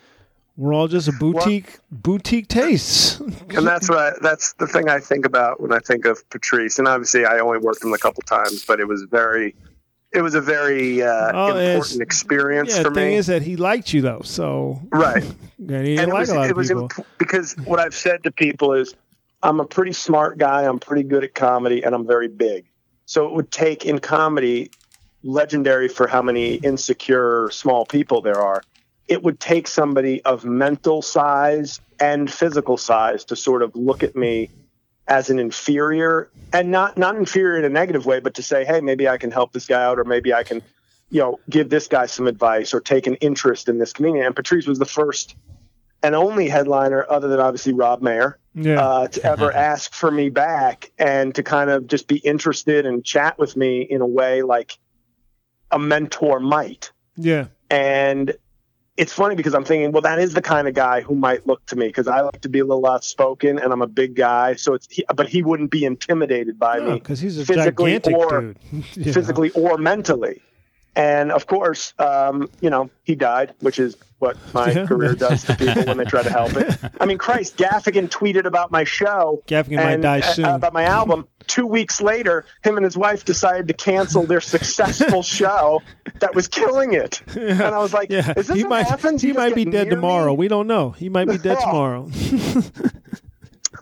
E: we're all just a boutique boutique tastes.
D: And that's what I, that's the thing I think about when I think of Patrice. And obviously, I only worked with him a couple times, but it was very, it was a very uh,
E: Oh, it's-
D: important experience
E: yeah,
D: for
E: the thing
D: me.
E: is that he liked you though, so
D: right.
E: and he didn't
D: and
E: like a lot
D: it
E: of
D: was
E: people.
D: imp- because what I've said to people is I'm a pretty smart guy, I'm pretty good at comedy, and I'm very big. So it would take in comedy legendary for how many insecure small people there are. It would take somebody of mental size and physical size to sort of look at me as an inferior and not not inferior in a negative way, but to say, hey, maybe I can help this guy out, or maybe I can, you know, give this guy some advice or take an interest in this comedian. And Patrice was the first and only headliner, other than obviously Rob Mayer,
E: yeah,
D: uh, to ever ask for me back and to kind of just be interested and chat with me in a way like a mentor might.
E: yeah,
D: And it's funny because I'm thinking, well, that is the kind of guy who might look to me because I like to be a little outspoken and I'm a big guy. So it's, he, but he wouldn't be intimidated by me
E: because he's a
D: physically
E: gigantic
D: or-
E: dude. You know?
D: physically or mentally. And of course, um, you know, he died, which is what my
E: Yeah.
D: career does to people when they try to help it. I mean, Christ, Gaffigan tweeted about my show.
E: Gaffigan might
D: and,
E: die
D: uh,
E: soon.
D: about my album. Two weeks later, him and his wife decided to cancel their successful show that was killing it. And I was like,
E: Yeah,
D: is this
E: he
D: what
E: might
D: happens?
E: he
D: You
E: might
D: just
E: be
D: get
E: dead
D: near me?
E: tomorrow. We don't know. He might be dead
D: Oh.
E: tomorrow.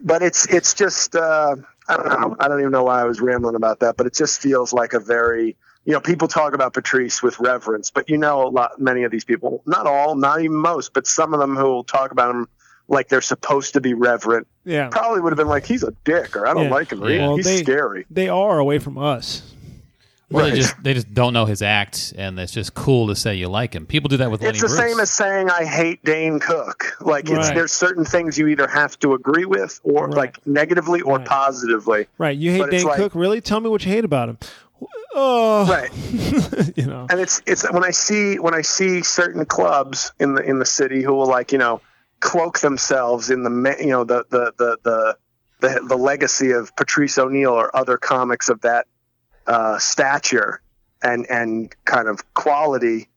D: But it's it's just uh, I don't know. I don't even know why I was rambling about that. But it just feels like a very you know people talk about Patrice with reverence, but you know a lot many of these people, not all, not even most, but some of them who will talk about him like they're supposed to be reverent
E: yeah,
D: probably would have been like he's a dick or I don't
E: Yeah.
D: like him or
F: Yeah.
E: Well,
D: he's
E: they-
D: scary.
E: they are away from us.
F: Well, they
D: Right.
F: just they just don't know his act, and it's just cool to say you like him. People do that with Lenny
D: It's the
F: Bruce.
D: same as saying I hate Dane Cook. Like it's,
E: Right.
D: there's certain things you either have to agree with or
E: Right.
D: like negatively or
E: Right.
D: positively.
E: Right. You hate
D: But it's
E: Dan
D: like-
E: Cook? Really? Tell me what you hate about him. Oh,
D: Right.
E: you know.
D: and it's it's when I see when I see certain clubs in the in the city who will like you know cloak themselves in the ma- you know the the the the the, the legacy of Patrice O'Neill or other comics of that uh, stature and and kind of quality,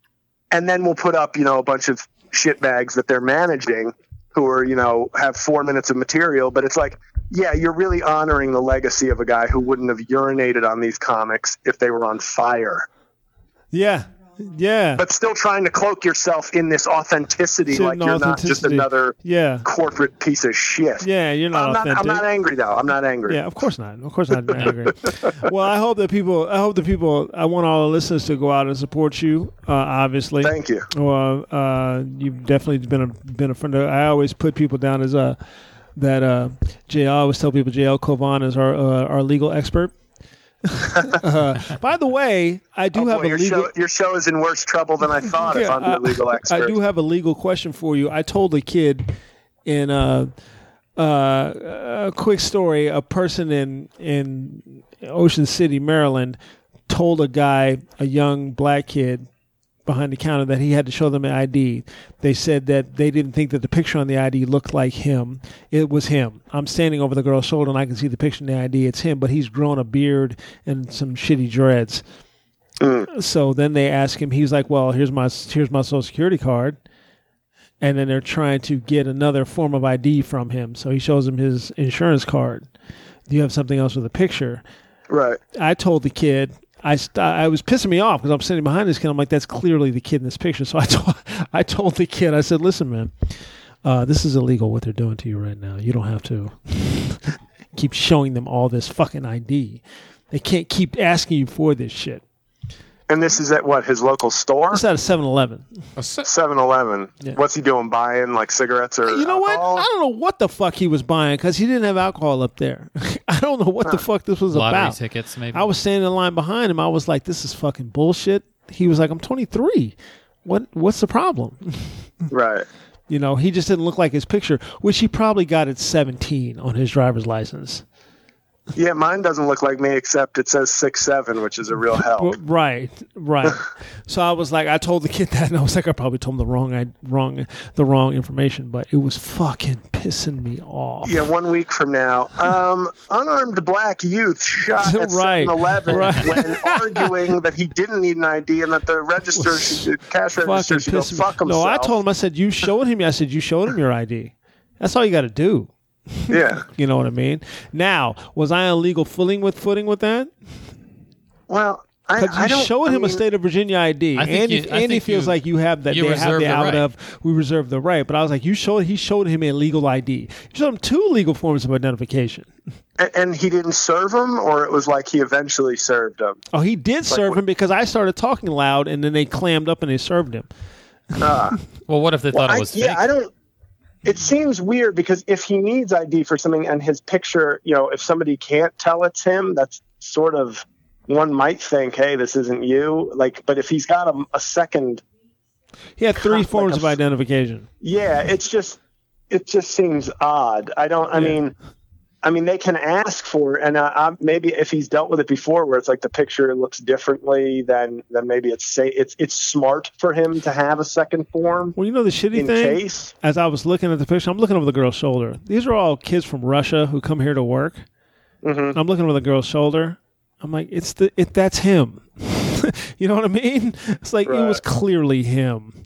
D: and then we'll put up you know a bunch of shitbags that they're managing who are you know have four minutes of material, but it's like yeah, you're really honoring the legacy of a guy who wouldn't have urinated on these comics if they were on fire,
E: Yeah. Yeah.
D: but still trying to cloak yourself in this authenticity,
E: Certain
D: like you're not just
E: authenticity.
D: another
E: Yeah.
D: corporate piece of shit.
E: Yeah, you're not
D: I'm not,
E: authentic.
D: I'm not angry though. I'm not angry.
E: Yeah, of course not. Of course not. I agree. well, I hope that people. I hope that people. I want all the listeners to go out and support you. Uh, obviously,
D: Thank you.
E: Well, uh, you've definitely been a been a friend. Of, I always put people down as uh, that. Uh, JL I always tell people JL Kovan is our uh, our legal expert. uh, by the way, I do
D: Oh,
E: have
D: boy,
E: a
D: your
E: legal.
D: show your show is in worse trouble than I thought. if
E: Yeah,
D: I'm the
E: I-
D: legal expert,
E: I do have a legal question for you. I told a kid in uh, uh, a quick story. A person in in Ocean City, Maryland, told a guy, a young black kid behind the counter, that he had to show them an ID. They said that they didn't think that the picture on the ID looked like him. It was him. I'm standing over the girl's shoulder and I can see the picture on the ID. It's him, but he's grown a beard and some shitty dreads. So then they ask him. He's like, "Well, here's my here's my social security card," and then they're trying to get another form of ID from him. So he shows him his insurance card. Do you have something else with a picture?
D: right?
E: I told the kid. I, st- I was pissing me off because I'm sitting behind this kid. I'm like, that's clearly the kid in this picture. So I told I told the kid. I said, listen, man, uh, this is illegal. What they're doing to you right now. You don't have to keep showing them all this fucking ID. They can't keep asking you for this shit.
D: And this is at what his local store,
E: It's at a 7-Eleven.
D: 7-Eleven. What's he doing? Buying like cigarettes or
E: You know what?
D: alcohol?
E: I don't know what the fuck he was buying because he didn't have alcohol up there. I don't know what the fuck this was
F: Lottery
E: about.
F: tickets, maybe.
E: I was standing in line behind him. I was like, "This is fucking bullshit." He was like, "I'm 23. What? What's the problem?"
D: Right.
E: You know, he just didn't look like his picture, which he probably got at 17 on his driver's license.
D: Yeah, mine doesn't look like me except it says six seven, which is a real help.
E: Well, Right, right. so I was like, I told the kid that, and I was like, I probably told him the wrong, I wrong, the wrong information, but it was fucking pissing me off.
D: Yeah, one week from now. Um, unarmed black youth shot at
E: Right,
D: 7 Eleven
E: right.
D: when arguing that he didn't need an ID and that the register, should, the cash register should go
E: pissed me-
D: fuck himself.
E: No, I told him. I said you showed him. I said you showed him your ID. That's all you got to do.
D: Yeah.
E: You know what I mean? Now, was I on legal footing with footing with that?
D: Well, I,
E: Because
D: I
E: you
D: don't,
E: showed
D: I
E: him a
D: mean,
E: state of Virginia ID.
F: I think
E: Andy,
F: you- I
E: Andy
F: think
E: feels
F: you-
E: like you have that.
F: you
E: They have
F: reserve
E: the
F: the
E: out
F: right.
E: of. We reserve the right. But I was like, you showed. He showed him a legal ID. You showed him two legal forms of identification.
D: and- and he didn't serve him, or it was like he eventually served him.
E: Oh, he did serve
D: what-
E: him because I started talking loud, and then they clammed up and they served him.
F: Well, what if they thought
D: I-
F: it was
D: yeah,
F: fake?
D: I don't. It seems weird because if he needs ID for something and his picture, you know, if somebody can't tell it's him, that's sort of one might think, hey, this isn't you. Like, but if he's got a, a second,
E: He had three
D: Like
E: forms
D: a
E: of
D: f-
E: identification.
D: yeah, it's just, it just seems odd. I don't. I mean. I mean, they can ask for, and uh, I, maybe if he's dealt with it before, where it's like the picture looks differently, then then maybe it's say it's it's smart for him to have a second form
E: Well, you know the shitty
D: Um, in
E: thing.
D: case.
E: as I was looking at the picture, I'm looking over the girl's shoulder. These are all kids from Russia who come here to work. I'm looking over the girl's shoulder. I'm like, it's the it that's him. you know what I mean? It's like it was clearly him.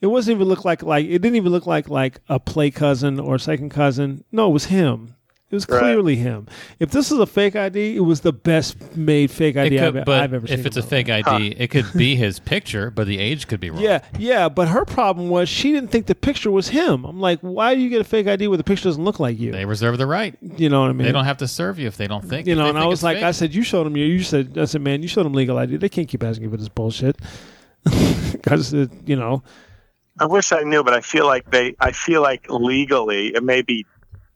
E: It wasn't even look like like it didn't even look like like a play cousin or second cousin. No, it was him. It was clearly him. If this is a fake ID, it was the best made fake
F: It
E: ID
F: could,
E: I've, e-
F: but
E: I've ever seen.
F: if
E: in
F: it's
E: my
F: a fake ID, it could be his picture, but the age could be wrong.
E: yeah, yeah, but her problem was she didn't think the picture was him. I'm like, why do you get a fake ID where the picture doesn't look like you?
F: They reserve the right.
E: you know what I mean?
F: They don't have to serve you if they don't think.
E: you
F: if
E: know,
F: they
E: and I
F: think
E: was
F: it's
E: like,
F: fake.
E: I said, you showed them your, you said, I said, man, you showed them legal ID. They can't keep asking you for this bullshit. Because, you know,
D: I wish I knew, but I feel like they. I feel like legally, it may be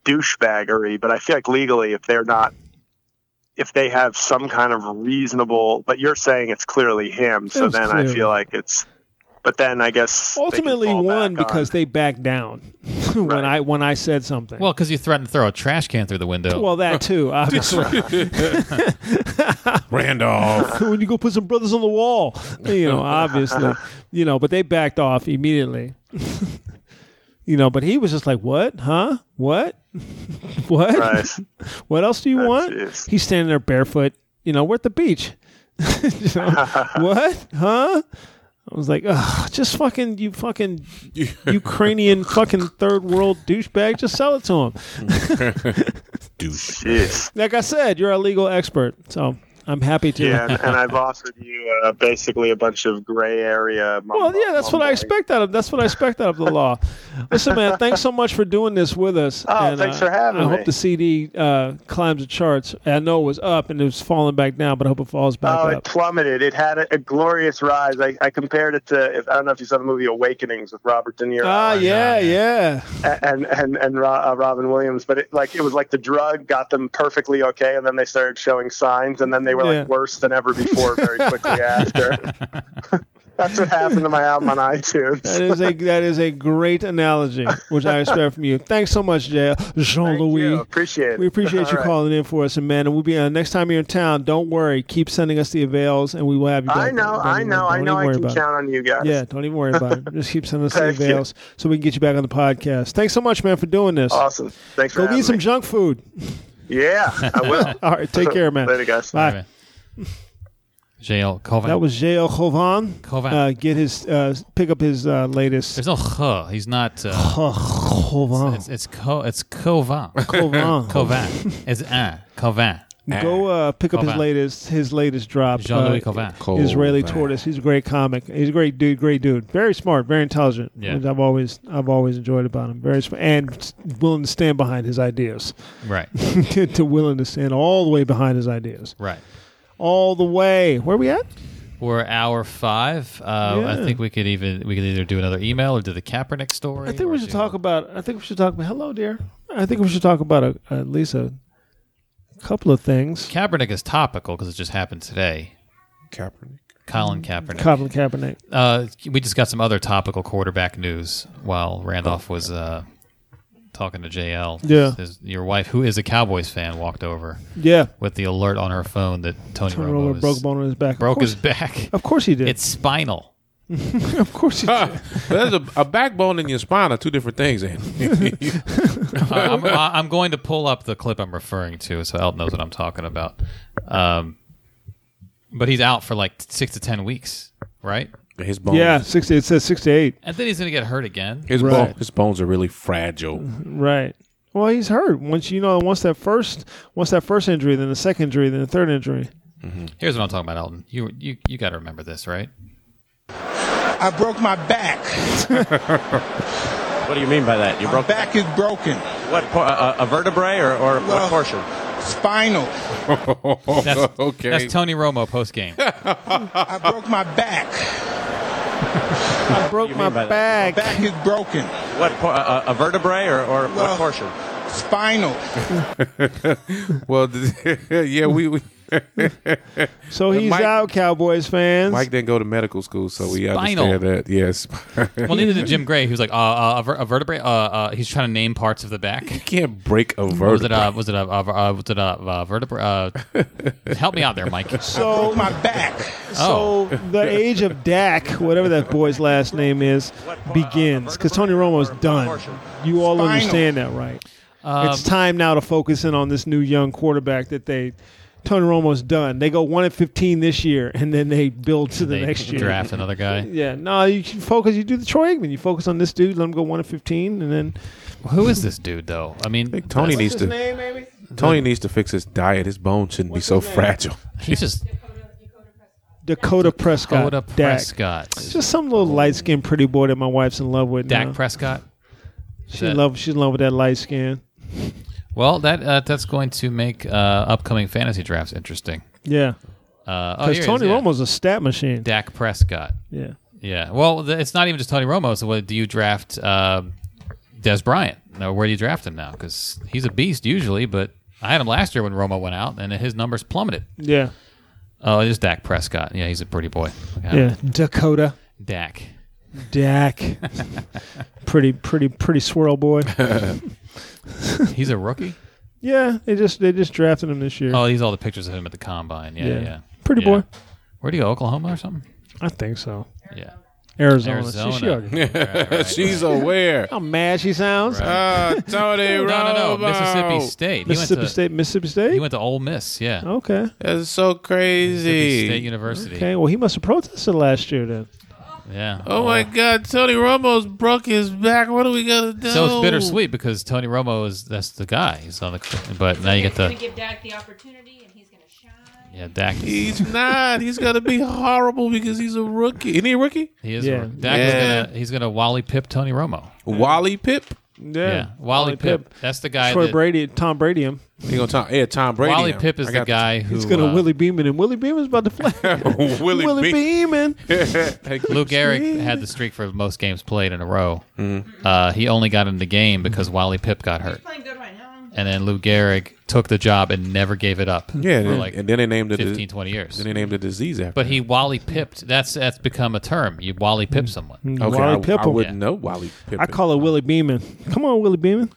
D: douchebaggery, but I feel like legally, if they're not, if they have some kind of reasonable, but you're saying it's clearly him, so
E: It's
D: then I
E: clearly-
D: feel like it's. But then I guess they can
E: ultimately
D: fall
E: won
D: back on-
E: because they backed down when
D: Right.
E: I when I said something.
F: well, because you threatened to throw a trash can through the window.
E: well, that too, obviously.
G: Randolph.
E: when you go put some brothers on the wall, you know, obviously, you know, but they backed off immediately. you know, but he was just like, "What? Huh? What? what?
D: Right.
E: What else do you want?"
D: is-
E: He's standing there barefoot. You know, we're at the beach. You know, what? Huh? I was like, Ugh, just fucking you, fucking Ukrainian, fucking third world douchebag. Just sell it to him.
G: douche.
D: Jeez.
E: Like I said, you're a legal expert, so I'm happy to.
D: Yeah, and, and I've offered you uh, basically a bunch of gray area. mum-
E: Well, yeah, that's what I
D: mumbling.
E: expect out of that's what I expect out of the law. Listen, man, thanks so much for doing this with us. uh,
D: Oh, thanks for having
E: I
D: me.
E: hope the CD uh, climbs the charts. I know it was up and it was falling back down, but I hope it falls back
D: Oh, it
E: up.
D: plummeted. It had a, a glorious rise. I, I compared it to, if, I don't know if you saw the movie Awakenings with Robert De Niro
E: Ah, yeah, yeah.
D: and and and Ro- uh, Robin Williams, but it, like it was like the drug got them perfectly okay, and then they started showing signs, and then they were
E: Yeah.
D: like worse than ever before very quickly after. That's what happened to my album on
E: That
D: iTunes.
E: is a that is a great analogy, which I expect from you. Thanks so much, Jay Jean
D: Yeah,
E: Louis.
D: appreciate it.
E: We appreciate you
D: All right.
E: calling in for us, and man, and we'll be uh, next time you're in town. Don't worry, keep sending us the avails, and we will have you.
D: I
E: back.
D: know,
E: Don't
D: I
E: even-
D: know, I
E: don't
D: know.
E: even
D: I
E: worry
D: can
E: about it.
D: count on you guys.
E: Yeah, don't even worry about it. Just keep sending us the
D: Thank you.
E: veils so we can get you back on the podcast. Thanks so much, man, for doing this.
D: Awesome. Thanks
E: Go
D: for having
E: eat some
D: me.
E: junk food.
D: Yeah, I will.
E: All right, take care, man.
D: Later, guys.
E: Bye.
F: Anyway. JL Colvin.
E: That was JL Kovan.
F: Kovan.
E: Uh, get his uh, pick up his uh, latest.
F: There's no huh. He's not. Uh,
E: Oh, Kovan.
F: it's it's co. It's Covin.
E: Kovan.
F: Covin. It's un. Covin.
E: Go uh, pick up his
F: Kovan.
E: latest his latest drop.
F: Jean Louis
E: uh,
F: Covin.
G: Cold
E: Israeli
G: man.
E: Tortoise. He's a great comic. He's a great dude. Great dude. Very smart. Very intelligent.
F: Yeah.
E: Which I've always I've always enjoyed about him. Very smart and s- willing to stand behind his ideas.
F: Right.
E: to willing to stand all the way behind his ideas.
F: Right.
E: All the way. Where we at?
F: We're hour five. Uh,
E: Yeah.
F: I think we could even we could either do another email or do the Kaepernick story.
E: I think we should talk about. I think we should talk about. Hello, dear. I think we should talk about a, at least a couple of things.
F: Kaepernick is topical because it just happened today.
G: Kaepernick.
E: Mm.
F: Colin Kaepernick.
E: Colin Kaepernick.
F: Uh, we just got some other topical quarterback news while Randolph was uh, talking to JL.
E: Yeah.
F: His- your wife, who is a Cowboys fan, walked over
E: Yeah,
F: with the alert on her phone that Tony
E: Tony
F: Romo
E: Romo
F: is-
E: broke a bone in his back.
F: broke
E: of course,
F: his back.
E: Of course he did.
F: It's spinal.
E: of course he did.
G: Ah, There's a, a backbone in your spine are two different things, Andy.
F: Uh, I'm, I- I'm going to pull up the clip I'm referring to so Elton knows what I'm talking about. Um, but he's out for like six to 10 weeks, right?
G: his bones.
E: Yeah, sixty. It says sixty-eight.
F: And then he's going to get hurt again.
G: His,
E: Right.
G: bone, his bones are really fragile.
E: Right. Well, he's hurt. Once you know, once that first, once that first injury, then the second injury, then the third injury.
F: Here's what I'm talking about, Elton. You, you, you got to remember this, right?
H: I broke my back.
I: What do you mean by that? You
H: My
I: broke
H: back is broken.
I: what? por- A, a vertebrae or, or
H: Well-
I: what portion?
H: Spinal.
F: That's,
G: Okay.
F: that's Tony Romo post game.
H: I broke my back.
E: I broke
I: you
E: my
I: mean by
E: back.
H: Back is broken.
I: What? por- A, a vertebrae or, or
H: Well-
I: what portion?
H: Spinal.
G: well, yeah, we, we
E: So he's
G: Mike-
E: out, Cowboys fans.
G: Mike didn't go to medical school, so we
F: Spinal.
G: understand that. Yes,
F: Well, neither did Jim Gray. He was like, uh, uh, a, ver- a vertebrae. Uh, uh, he's trying to name parts of the back.
G: can't break a
F: Was it
G: vertebra.
F: a was it a uh, ver- uh, was it a uh, vertebrae? Uh, help me out there, Mike.
E: so
H: Broke my back.
F: Oh.
E: So the age of Dak, whatever that boy's last name is, begins because Tony Romo's done. You all understand that, right?
F: Um,
E: it's time now to focus in on this new young quarterback that they. Tony Romo's done. They go one and fifteen this year, and then they build to the
F: They
E: next year.
F: draft another guy.
E: Yeah, no, you can focus. You do the Troy Aikman. You focus on this dude. Let him go one and fifteen, and then
F: Who is this dude though? I mean,
G: Tony
F: that's-
G: needs to
E: name, maybe.
G: Tony needs to fix his diet. His bones shouldn't be so fragile.
F: he's just
E: Dakota Prescott.
F: Dakota
E: Dak.
F: Prescott.
E: Just some little light skinned pretty boy that my wife's in love with.
F: Dak
E: now.
F: Prescott.
E: She's in love. She's in love with that light skin.
F: Well, that uh, that's going to make uh, upcoming fantasy drafts interesting.
E: Yeah.
F: Uh,
E: Because
F: oh, here it is,
E: Tony
F: yeah.
E: Romo's a stat machine.
F: Dak Prescott.
E: Yeah.
F: Yeah. Well, th- it's not even just Tony Romo. So, what, do you draft uh, Des Bryant? Now, where do you draft him now? Because he's a beast usually, but I had him last year when Romo went out, and his numbers plummeted.
E: Yeah.
F: Oh, just Dak Prescott. Yeah, he's a pretty boy. Yeah.
E: Yeah. Dakota.
F: Dak.
E: Dak. pretty, pretty, pretty swirl boy.
F: He's a rookie.
E: yeah. They just they just drafted him this year.
F: Oh, these are all the pictures of him at the combine. Yeah,
E: Yeah.
F: yeah.
E: Pretty
F: Yeah.
E: boy.
F: Where'd he go? Oklahoma or something?
E: I think so.
F: Yeah.
E: Arizona.
F: Arizona.
E: She- she already-
G: She's aware.
E: how mad she sounds. Uh,
G: Ah, Tony
F: No, no, no.
G: Romo.
F: Mississippi State.
E: Mississippi
F: he went to,
E: State. Oh. Mississippi State.
F: He went to Ole Miss. Yeah.
E: okay.
G: That's so
F: Mississippi
G: crazy.
F: State University.
E: Okay. Well, he must have protested last year then.
F: Yeah.
G: Oh my God, Tony Romo's broke his back. What are we gonna do?
F: So it's bittersweet because Tony Romo is that's the guy. He's on the but now you get
J: Gonna
F: the
J: give Dak the opportunity, and he's gonna shine.
F: yeah Dak. He
G: He's not. He's gonna be horrible because he's a rookie. Isn't he a rookie?
F: is
E: Yeah.
F: Dak
G: Yeah.
F: is gonna he's gonna Wally Pip Tony Romo.
G: Wally Pip.
E: Yeah,
F: Yeah, Wally, Pip. That's the guy.
E: Troy
F: that,
E: Brady, Tom Brady. Him.
G: He gonna Tom. Yeah, Tom Brady.
F: Wally
G: now.
F: Pip is
G: I
F: the
G: got-
F: guy who
E: He's gonna
F: uh,
E: Willie Beeman, and Willie Beeman's about to flag.
G: Willie,
E: Willie
G: Beep.
E: Beeman.
F: Lou Gehrig had the streak for most games played in a row.
G: Mm-hmm.
F: Uh, he only got in the game because Wally Pip got hurt,
J: Playing good right now.
F: and then Lou Gehrig took the job and never gave it up.
G: Yeah,
F: for
G: and,
F: like
G: and then they named it
F: 15, 20 years.
G: Then they named the disease after.
F: But he Wally pipped. That's that's become a term. You Wally pip
E: Mm.
F: someone.
G: okay,
E: Wally
G: I,
E: Pip
G: I
E: him.
G: wouldn't know Wally Pip.
E: I call it Willie Beeman. Come on, Willie Beeman.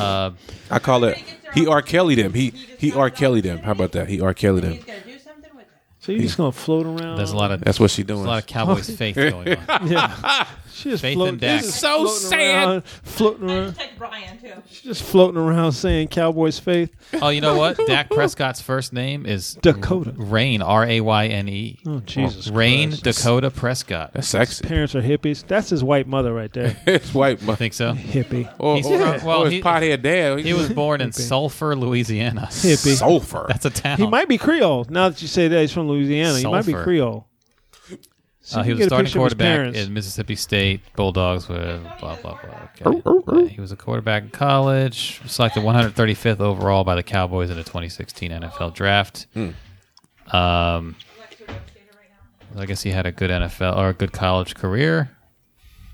G: I call it. He R. Kelly them. He he R. Kelly them. How about that? He R. Kelly them.
J: He's gonna do something with it.
E: So you're just gonna float around.
F: There's a lot of
G: That's what she
F: there's
G: doing.
F: a lot of Cowboys faith going on.
E: She just
F: Faith
E: float-
F: in Dak.
E: she's just
G: So
E: floating
G: sad.
E: around- floating
J: I
E: around,
J: just like Brian too.
E: she's just floating around saying Cowboys faith.
F: Oh, you know what? Dak Prescott's first name is
E: Dakota.
F: Rain R A Y N E.
E: Oh Jesus!
F: Rain
E: Christ.
F: Dakota Prescott.
G: That's sexy.
E: Parents are hippies. That's his white mother right there.
G: It's white. mo-
F: Think so?
E: Hippie.
G: Or,
F: He's-
G: or,
F: yeah.
G: well,
F: Well,
G: oh, his
F: he-
G: pothead dad.
F: He was born in Sulphur, Louisiana.
E: Hippie.
G: sulfur.
F: That's a town.
E: He might be Creole. Now that you say that he's from Louisiana, he might be
F: Sulfur.
E: Creole. So
F: Uh,
E: you
F: he
E: can
F: was
E: get a
F: starting
E: picture of his
F: quarterback
E: parents.
F: in Mississippi State Bulldogs with blah blah blah.
E: Oh,
F: Okay. Yeah, he was a quarterback in college, selected 135th overall by the Cowboys in the 2016 NFL Draft.
G: Hmm.
F: Um, I guess he had a good NFL or a good college career.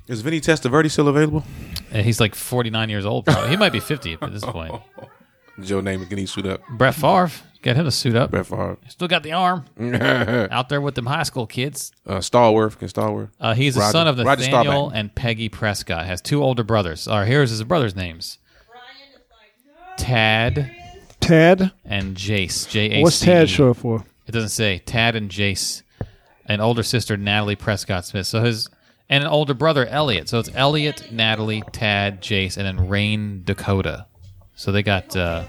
G: Is Vinny Testaverde still available?
F: And he's like 49 years old. Probably. He might be 50 at this point.
G: Joe Namath can he suit up?
F: Brett Favre, get him to suit up.
G: Brett Favre,
F: Still got the arm out there with them high school kids.
G: uh, Stallworth can Stallworth.
F: Uh, he's
G: Roger-
F: a son of
G: Roger
F: Nathaniel
G: Staubach.
F: and Peggy Prescott. Has two older brothers. Or here's his brothers' names:
J: Brian is like, no.
F: Tad
E: Tad.
F: and Jace. J A
E: What's
F: C E.
E: Tad short for?
F: It doesn't say Tad and Jace. An older sister Natalie Prescott Smith. So his and an older brother Elliot. So it's Elliot, Natalie, Tad, Jace, and then Rain Dakota. So they got uh,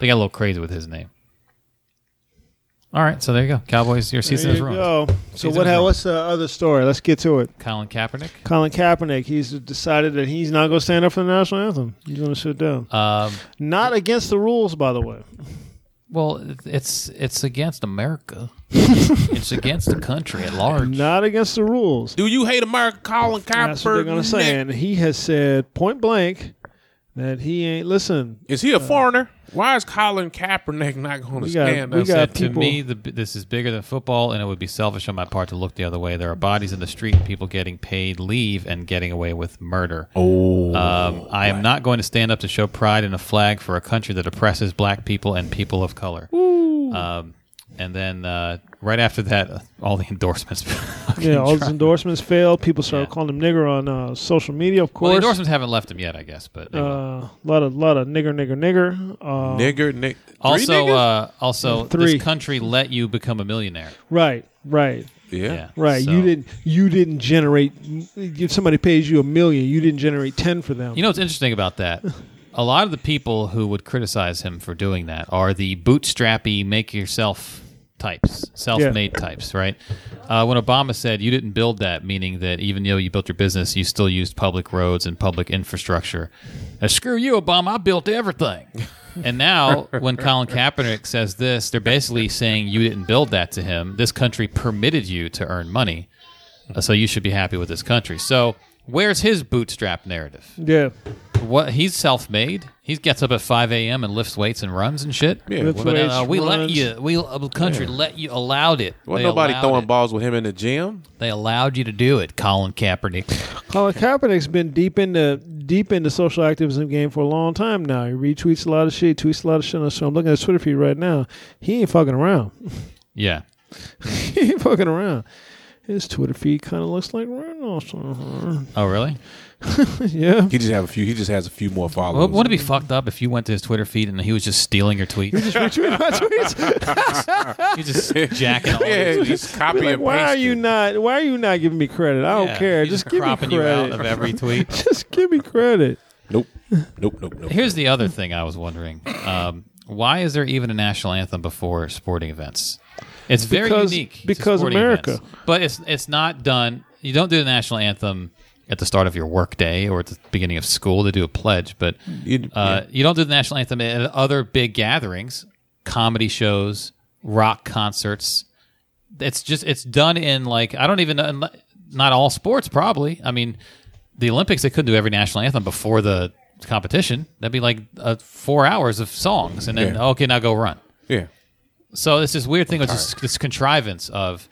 F: they got a little crazy with his name. All right, so there you go. Cowboys, your season
E: There
F: is
E: you
F: ruined.
E: go. So
F: Season's
E: what?
F: ruined.
E: What's the other story? Let's get to it.
F: Colin Kaepernick.
E: Colin Kaepernick. He's decided that he's not going to stand up for the national anthem. He's going to sit down.
F: Um,
E: not against the rules, by the way.
F: Well, it's it's against America. it's against the country at large.
E: Not against the rules.
G: Do you hate America, Colin Kaepernick?
E: That's what they're going to say. And he has said point blank that he ain't. Listen,
G: Is he a foreigner? Why is Colin Kaepernick not
E: uh,
G: going to
E: We got-
G: stand
E: we
G: up?
E: got-
F: Said, to
E: people-
F: me, the, this is bigger than football, and it would be selfish on my part to look the other way. There are bodies in the street, people getting paid leave and getting away with murder.
G: Oh,
F: um, I am not going to stand up to show pride in a flag for a country that oppresses black people and people of color. Um, and then uh, right after that, uh, all the endorsements.
E: yeah, all his endorsements failed. People started
F: Yeah.
E: calling him nigger on uh, social media, of
F: well,
E: course.
F: the endorsements haven't left him yet, I guess, but they will.
E: uh, lot of lot of nigger, nigger, nigger. Uh,
G: nigger, Nick.
F: also, uh, also,
E: Three.
F: this country let you become a millionaire.
E: Right, right,
G: yeah.
F: Yeah,
E: right.
F: So-
E: You didn't you didn't generate. If somebody pays you a million, you didn't generate ten for them.
F: You know what's interesting about that? A lot of the people who would criticize him for doing that are the bootstrappy, make yourself types, self made types, right? Uh, when Obama said you didn't build that, meaning that even though you built your business, you still used public roads and public infrastructure. Uh, screw you, Obama, I built everything. And now, when Colin Kaepernick says this, they're basically saying you didn't build that to him. This country permitted you to earn money. Uh, So you should be happy with this country. So, where's his bootstrap narrative?
E: yeah,
F: What he's self-made. He gets up at five a.m. and lifts weights and runs and shit.
G: Yeah,
E: Lifts
F: but uh,
E: weights,
F: we let
E: runs.
F: you. We uh, the country let you allowed it.
G: Wasn't
F: They
G: nobody
F: allowed
G: throwing
F: it.
G: balls with him in the gym?
F: They allowed you to do it, Colin Kaepernick.
E: Colin Kaepernick's been deep into deep into social activism game for a long time now. He retweets a lot of shit, tweets a lot of shit. on- So I'm looking at his Twitter feed right now. He ain't fucking around.
F: yeah,
E: he ain't fucking around. His Twitter feed kind of looks like Reynolds.
F: Oh, really?
E: yeah.
G: He just have a few. He just has a few more followers.
F: Well, wouldn't it be fucked up if you went to his Twitter feed and he was just stealing your tweets?
E: Retweet my tweets.
F: He just jacking all
G: yeah,
F: your tweets.
G: just copy
E: Like,
G: and
E: why are
G: paste
E: you
G: it.
E: not? Why are you not giving me credit? I don't
F: Yeah,
E: care.
F: he's
E: Just, give me
F: cropping you out of
E: credit.
F: every tweet.
E: Just give me credit.
G: Nope, nope, nope, nope.
F: Here's the other thing I was wondering: um, Why is there even a national anthem before sporting events? It's very
E: Because-
F: unique to
E: because
F: sporting
E: America.
F: events. but it's it's not done. you don't do the national anthem at the start of your workday or at the beginning of school to do a pledge, but
G: You-
F: uh, you don't do the national anthem at other big gatherings, comedy shows, rock concerts. It's just it's done in like I don't even know not all sports probably. I mean, the Olympics they couldn't do every national anthem before the competition. That'd be like uh, four hours of songs, and then
G: Yeah.
F: okay, now go run.
G: Yeah.
F: So it's this weird thing with this, this contrivance of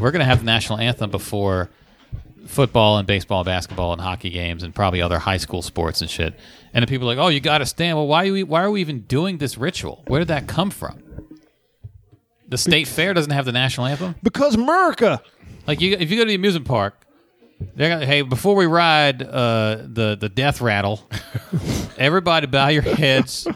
F: we're going to have the national anthem before football and baseball, basketball and hockey games, and probably other high school sports and shit. And the people are like, oh, you got to stand. Well, why are we? Why are we even doing this ritual? Where did that come from? The state fair doesn't have the national anthem.
E: Because America.
F: Like you, if you go to the amusement park, they're gonna hey before we ride uh, the the death rattle, everybody bow your heads.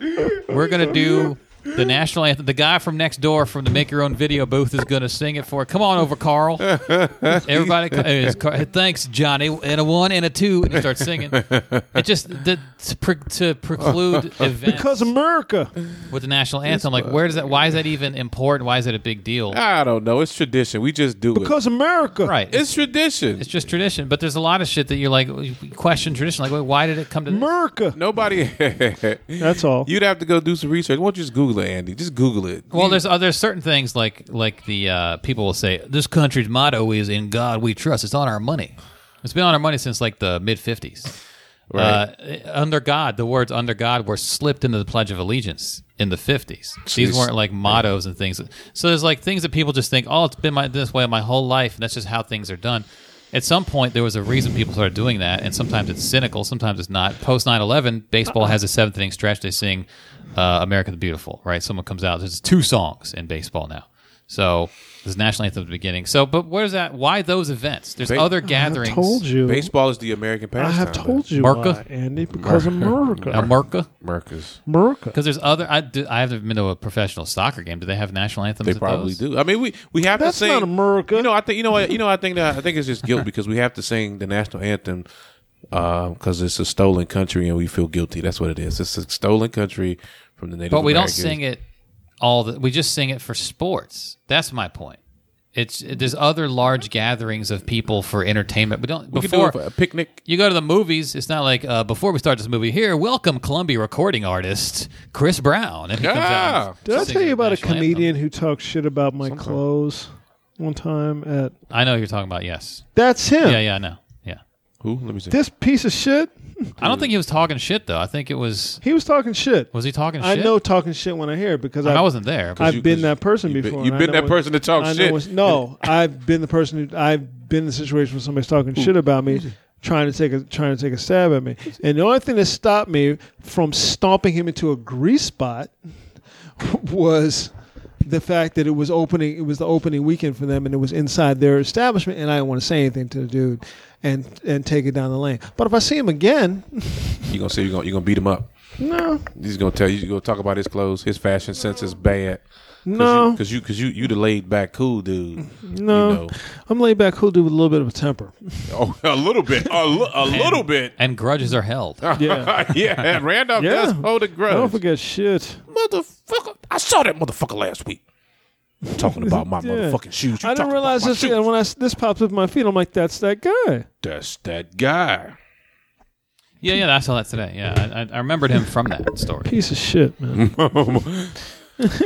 F: We're gonna do the national anthem. The guy from next door from the Make Your Own Video booth is gonna sing it for. Come on over, Carl. Everybody, co- hey, it's Car- hey, thanks Johnny. And a one and a two, and he starts singing. It just the, to, pre- to preclude events
E: Because America.
F: with the national anthem. Like where does that? Why is that even important? Why is that a big deal?
G: I don't know. It's tradition. We just do it.
E: Because America.
F: Right.
G: It's tradition.
F: It's just tradition, but there's a lot of shit that you're like you question tradition. Like, wait, why did it come to this?
E: America.
G: Nobody.
E: That's all.
G: You'd have to go do some research. Why don't you just Google it, Andy? Just Google it.
F: Well, there's other certain things like like the uh, people will say this country's motto is "In God We Trust." It's on our money. It's been on our money since like the mid '50s. Uh, under God, the words "under God" were slipped into the Pledge of Allegiance in the '50s. These weren't like mottos and things. So there's like things that people just think, "Oh, it's been my, this way my whole life," and that's just how things are done. At some point, there was a reason people started doing that, and sometimes it's cynical, sometimes it's not. Post 9/11, baseball has a seventh inning stretch. They sing uh, "America the Beautiful," right? Someone comes out. There's two songs in baseball now. So there's national anthem at the beginning. So, but where's that? Why those events? There's
G: Ba-
F: other
E: I
F: gatherings.
E: told you.
G: Baseball is the American
E: I
G: pastime.
E: have told you,
F: America.
E: why, Andy. Because America.
F: America.
G: America's.
E: America.
F: Because there's other. I, do, I haven't been to a professional soccer game. Do they have national anthems?
G: They
F: at
G: probably
F: those?
G: do. I mean, we we have
E: That's
G: to sing
E: not America.
G: You know, I think you know what you know. I think that I think it's just guilt because we have to sing the national anthem because it's a stolen country and we feel guilty. That's what it is. It's a stolen country from the Native.
F: But we don't
G: Americans.
F: sing it all. The, we just sing it for sports. That's my point. It's there's other large gatherings of people for entertainment. We don't
G: We could do
F: before
G: it for a picnic.
F: you go to the movies, it's not like uh, before we start this movie here, welcome Columbia recording artist Chris Brown. And he comes out and
E: Did I
F: sings
E: tell
F: the
E: you about a
F: national anthem.
E: comedian who talked shit about my clothes one time at
F: I know who you're talking about, yes.
E: That's him.
F: Yeah, yeah, I know. Yeah.
G: Who? Let me see.
E: This piece of shit,
F: I don't think he was talking shit though. I think it was
E: he was talking shit.
F: was he talking
E: I
F: shit?
E: know talking shit when I hear it because
F: I,
E: I,
F: mean, I wasn't there. but-
E: I've
G: you-
E: been
G: 'cause
E: that person
G: you've been-
E: before.
G: you've
E: and I
G: been
E: know
G: that
E: when-
G: person that talks
E: I know
G: shit.
E: when- no, I've been the person who I've been in the situation where somebody's talking shit about me, trying to take a trying to take a stab at me. And the only thing that stopped me from stomping him into a grease spot was the fact that it was opening it was the opening weekend for them and it was inside their establishment and I didn't want to say anything to the dude and and take it down the lane. But if I see him again,
G: You gonna say you gonna you gonna beat him up?
E: no.
G: He's gonna tell you. You gonna talk about his clothes. His fashion sense is bad.
E: No.
G: because you because you, you the laid back cool dude.
E: No,
G: you know.
E: I'm laid back, cool dude with a little bit of a temper.
G: Oh, a little bit, a, li- a little bit.
F: And grudges are held.
E: Yeah,
G: yeah, Randolph
E: Yeah.
G: does hold a grudge.
E: I don't forget shit.
G: motherfucker. I saw that motherfucker last week. Talking about my motherfucking shoes. You
E: I didn't
G: talking
E: realize
G: about my
E: this. And when I, s- this pops up in my feed, I'm like, that's that guy.
G: That's that guy.
F: Yeah, yeah, I saw that today. Yeah, I, I- I remembered him from that story.
E: Piece of shit,
G: Mm.
E: man.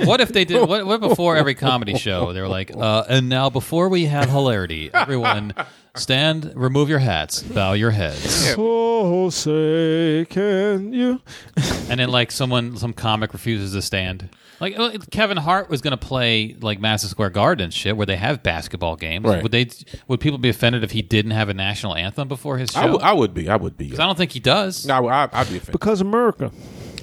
F: What if they did? What, what before every comedy show they were like, uh, and now before we have hilarity, everyone stand, remove your hats, bow your heads,
E: oh, say, can you?
F: and then like someone, some comic refuses to stand. Like uh, Kevin Hart was going to play like Madison Square Garden and shit, where they have basketball games.
G: Right.
F: Would they? Would people be offended if he didn't have a national anthem before his show?
G: I, w- I would be. I would be.
F: 'Cause I don't think he does.
G: No, I, would be offended.
E: Because America.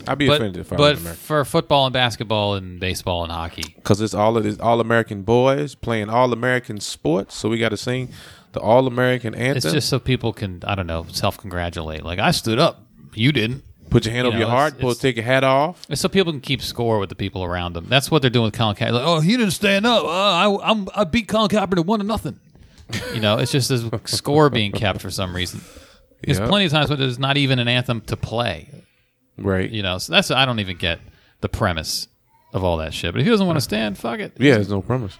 G: I'd be
F: but
G: offended if I
F: but
G: was American.
F: for football and basketball and baseball and hockey,
G: Because it's all of this all American boys playing all American sports, so we got to sing the all American anthem.
F: It's just so people can, I don't know, self congratulate. Like, I stood up. You didn't.
G: Put your hand
F: you
G: over
F: know,
G: your
F: it's-
G: heart. Pull,
F: it's-
G: take your hat off.
F: It's so people can keep score with the people around them. That's what they're doing with Colin Kaepernick. Like, oh, he didn't stand up. Uh, I, I'm, I beat Colin Kaepernick one to nothing. You know, it's just this score being kept for some reason. There's
G: Yeah.
F: plenty of times when there's not even an anthem to play.
G: Right.
F: You know, so that's, I don't even get the premise of all that shit. But if he doesn't want to stand, fuck it.
G: Yeah, there's no promise.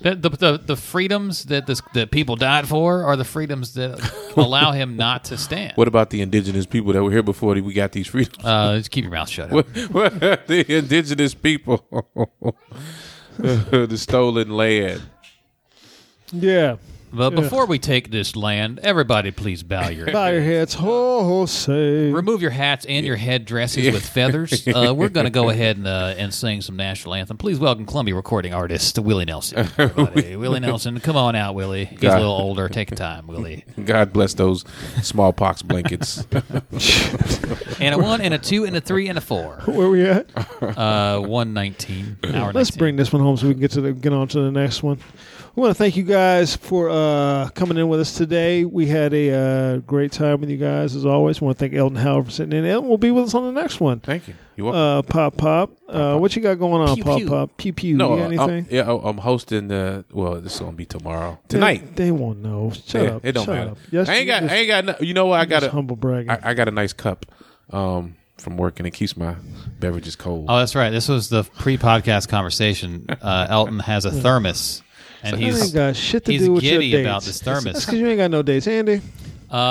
F: The, the, the, the freedoms that this that people died for are the freedoms that allow him not to stand.
G: What about the indigenous people that were here before we got these freedoms?
F: Uh, just keep your mouth shut.
G: What- what- the indigenous people, the stolen land.
E: Yeah.
F: But
E: Yeah.
F: before we take this land, everybody please bow your
E: Bow your heads. Ho, say.
F: remove your hats and your headdresses with feathers. Uh, we're going to go ahead and, uh, and sing some national anthem. Please welcome Columbia recording artist Willie Nelson. everybody. Willie Nelson, come on out, Willie. He's a
G: God.
F: little older. Take your time, Willie.
G: God bless those smallpox blankets.
F: And a one, and a two, and a three, and a four.
E: Where we at?
G: Oh,
F: Uh, one nineteen. Hour
E: Let's
F: 19.
E: bring this one home so we can get to the, get on to the next one. We want to thank you guys for uh, coming in with us today. We had a uh, great time with you guys as always. We want to thank Elton Howard for sitting in. Elton will be with us on the next one.
G: Thank you. You welcome.
E: Uh, pop pop. Uh, what you got going on?
F: Pew,
E: pop
F: pew.
E: pop. Pew pew.
G: no,
E: you
G: uh,
E: got anything?
G: I'm, yeah, oh, I'm hosting the. Well, this is gonna be tomorrow,
E: They-
G: tonight.
E: They, won't know. Shut
G: Yeah,
E: up.
G: it don't
E: Shut
G: matter.
E: Up. Yes,
G: I
E: you
G: ain't got.
E: just-
G: I ain't got. No, you know what? I got
E: just
G: a
E: humble bragging.
G: I, I got a nice cup um, from work, and it keeps my beverages cold.
F: Oh, that's right. This was the pre-podcast conversation. Uh, Elton has a thermos, and
E: I
F: he's
E: ain't got oh shit to
F: he's
E: do with
F: giddy
E: your dates.
F: about this
E: That's
F: thermos.
E: because you ain't got no dates, Andy.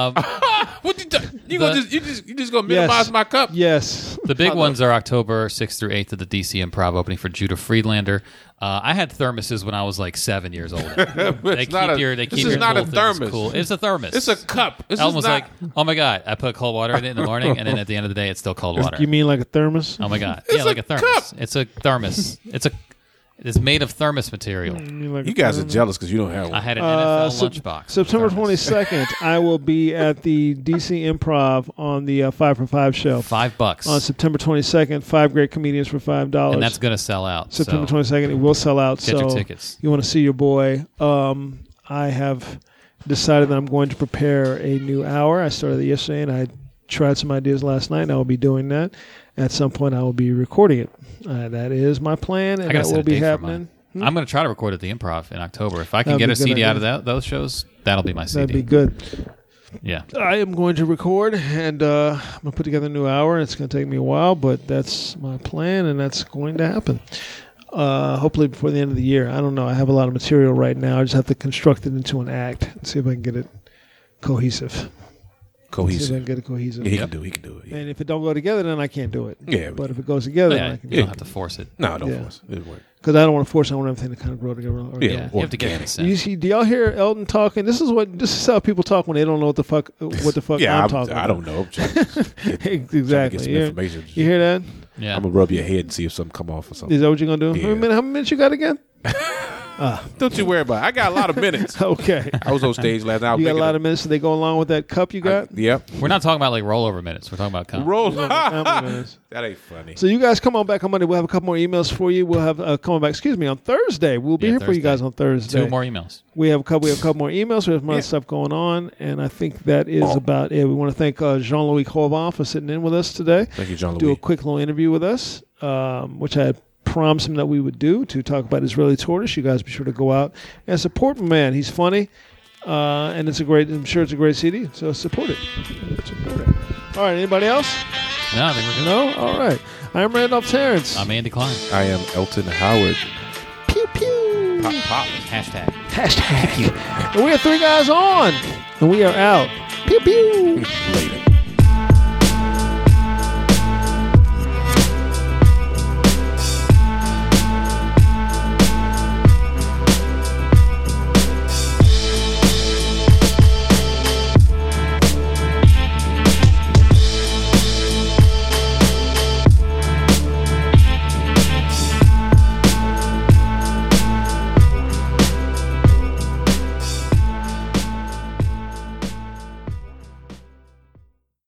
G: what you do-
F: The-
G: you gonna just you just you just gonna minimize my cup?
E: Yes.
F: The big ones are October 6th through 8th at the DC Improv opening for Judah Friedlander. Uh, I had thermoses when I was like seven years old. they keep
G: not a-
F: your they
G: this
F: keep
G: is
F: your
G: not
F: cool
G: a
F: things
G: thermos.
F: Cool. It's a thermos.
G: It's a cup. This
F: Ellen
G: is
F: was
G: not.
F: like, "Oh my god, I put cold water in it in the morning, and then at the end of the day, it's still cold water."
E: You mean like a thermos?
F: oh my god, yeah, like a thermos. It's a thermos. It's a it's made of thermos material.
E: mean like a
G: you guys are
E: thermos?
G: jealous because you don't have
F: I
G: one.
F: had an
E: Uh,
F: NFL
E: Sep-
F: lunchbox.
E: September
F: thermos.
E: twenty second, I will be at the DC Improv on the uh, Five for Five show.
F: Five bucks,
E: On September twenty second, five great comedians for five dollars.
F: and that's gonna sell out.
E: September
F: so.
E: twenty second. It will sell out.
F: Get
E: so
F: your tickets.
E: You want to see your boy? Um, I have decided that I'm going to prepare a new hour. I started it yesterday, and I tried some ideas last night. and I will be doing that at some point. I will be recording it. Uh, that is my plan, and
F: I gotta
E: that
F: set
E: will
F: a
E: be
F: date for
E: happening. Hmm?
F: mine. I'm gonna try to record at the Improv in October. If I can
E: That'd
F: get
E: be
F: a
E: a good
F: CD out of
E: idea.
F: that, those shows, that'll be my
E: That'd
F: CD.
E: be good.
F: Yeah.
E: I am going to record, and uh, I'm gonna put together a new hour. and It's gonna take me a while, but that's my plan, and that's going to happen. Uh, hopefully before the end of the year. I don't know. I have a lot of material right now. I just have to construct it into an act and see if I can get it cohesive. See if I can
G: cohesive.
E: get it cohesive.
G: Yeah, he can do. it, He can do it.
E: And if it don't go together, then I can't do it.
G: Yeah.
E: But if it goes together, then
F: Yeah,
E: I can.
F: you don't have to force it.
G: No, don't
E: Yeah.
G: force it. It'll work.
E: Because I don't want to force. it. I want everything to kind of grow together.
G: Yeah.
F: Yeah, you have to get
G: organic.
E: You
F: consent.
E: see, do y'all hear Elton talking? This is what this is how people talk when they don't know what the fuck what the fuck
G: Yeah,
E: I'm
G: I'm,
E: talking.
G: I don't know. I'm trying to get- trying to
E: exactly.
G: get some
E: You hear-
G: information.
E: you hear that?
F: Yeah,
G: I'm gonna rub your head and see if something come off or something.
E: Is that what you're gonna do? How,
G: Yeah.
E: many, minutes- how many minutes you got again?
G: Don't you worry about it. I got a lot of minutes.
E: Okay,
G: I was on stage last night. I was
E: you got a
G: making
E: lot of minutes. So they go along with that cup you got.
G: Yep.
F: we're not talking about like rollover minutes. We're talking about comedy.
G: Roll.
E: How many minutes?
G: that ain't funny.
E: So you guys come on back on Monday. We'll have a couple more emails for you. We'll have uh, come on back. Excuse me on Thursday. We'll be
F: Yeah,
E: here for you guys
F: Thursday.
E: on Thursday.
F: Two more emails.
E: We have a couple. We have a couple more emails. We have some other stuff going on, and I think that is
G: Oh.
E: about it. We want to thank uh, Jean Louis Corbin for sitting in with us today.
G: Thank you, Jean-Louis.
E: Do a quick little interview with us, um, which I had promised him that we would do to talk about Israeli tortoise. You guys be sure to go out and support my man. He's funny, uh, and it's a great. I'm sure it's a great CD. So support it. Support it. All right. Anybody else?
F: No, I think we're good.
E: No. All right. I'm Randolph Terrence.
F: I'm Andy Klein.
G: I am Elton Howard.
E: Uh, pew pew.
F: Pop, pop. Hashtag.
E: Hashtag. And we are three guys on, and we are out. Pew pew.
G: Later.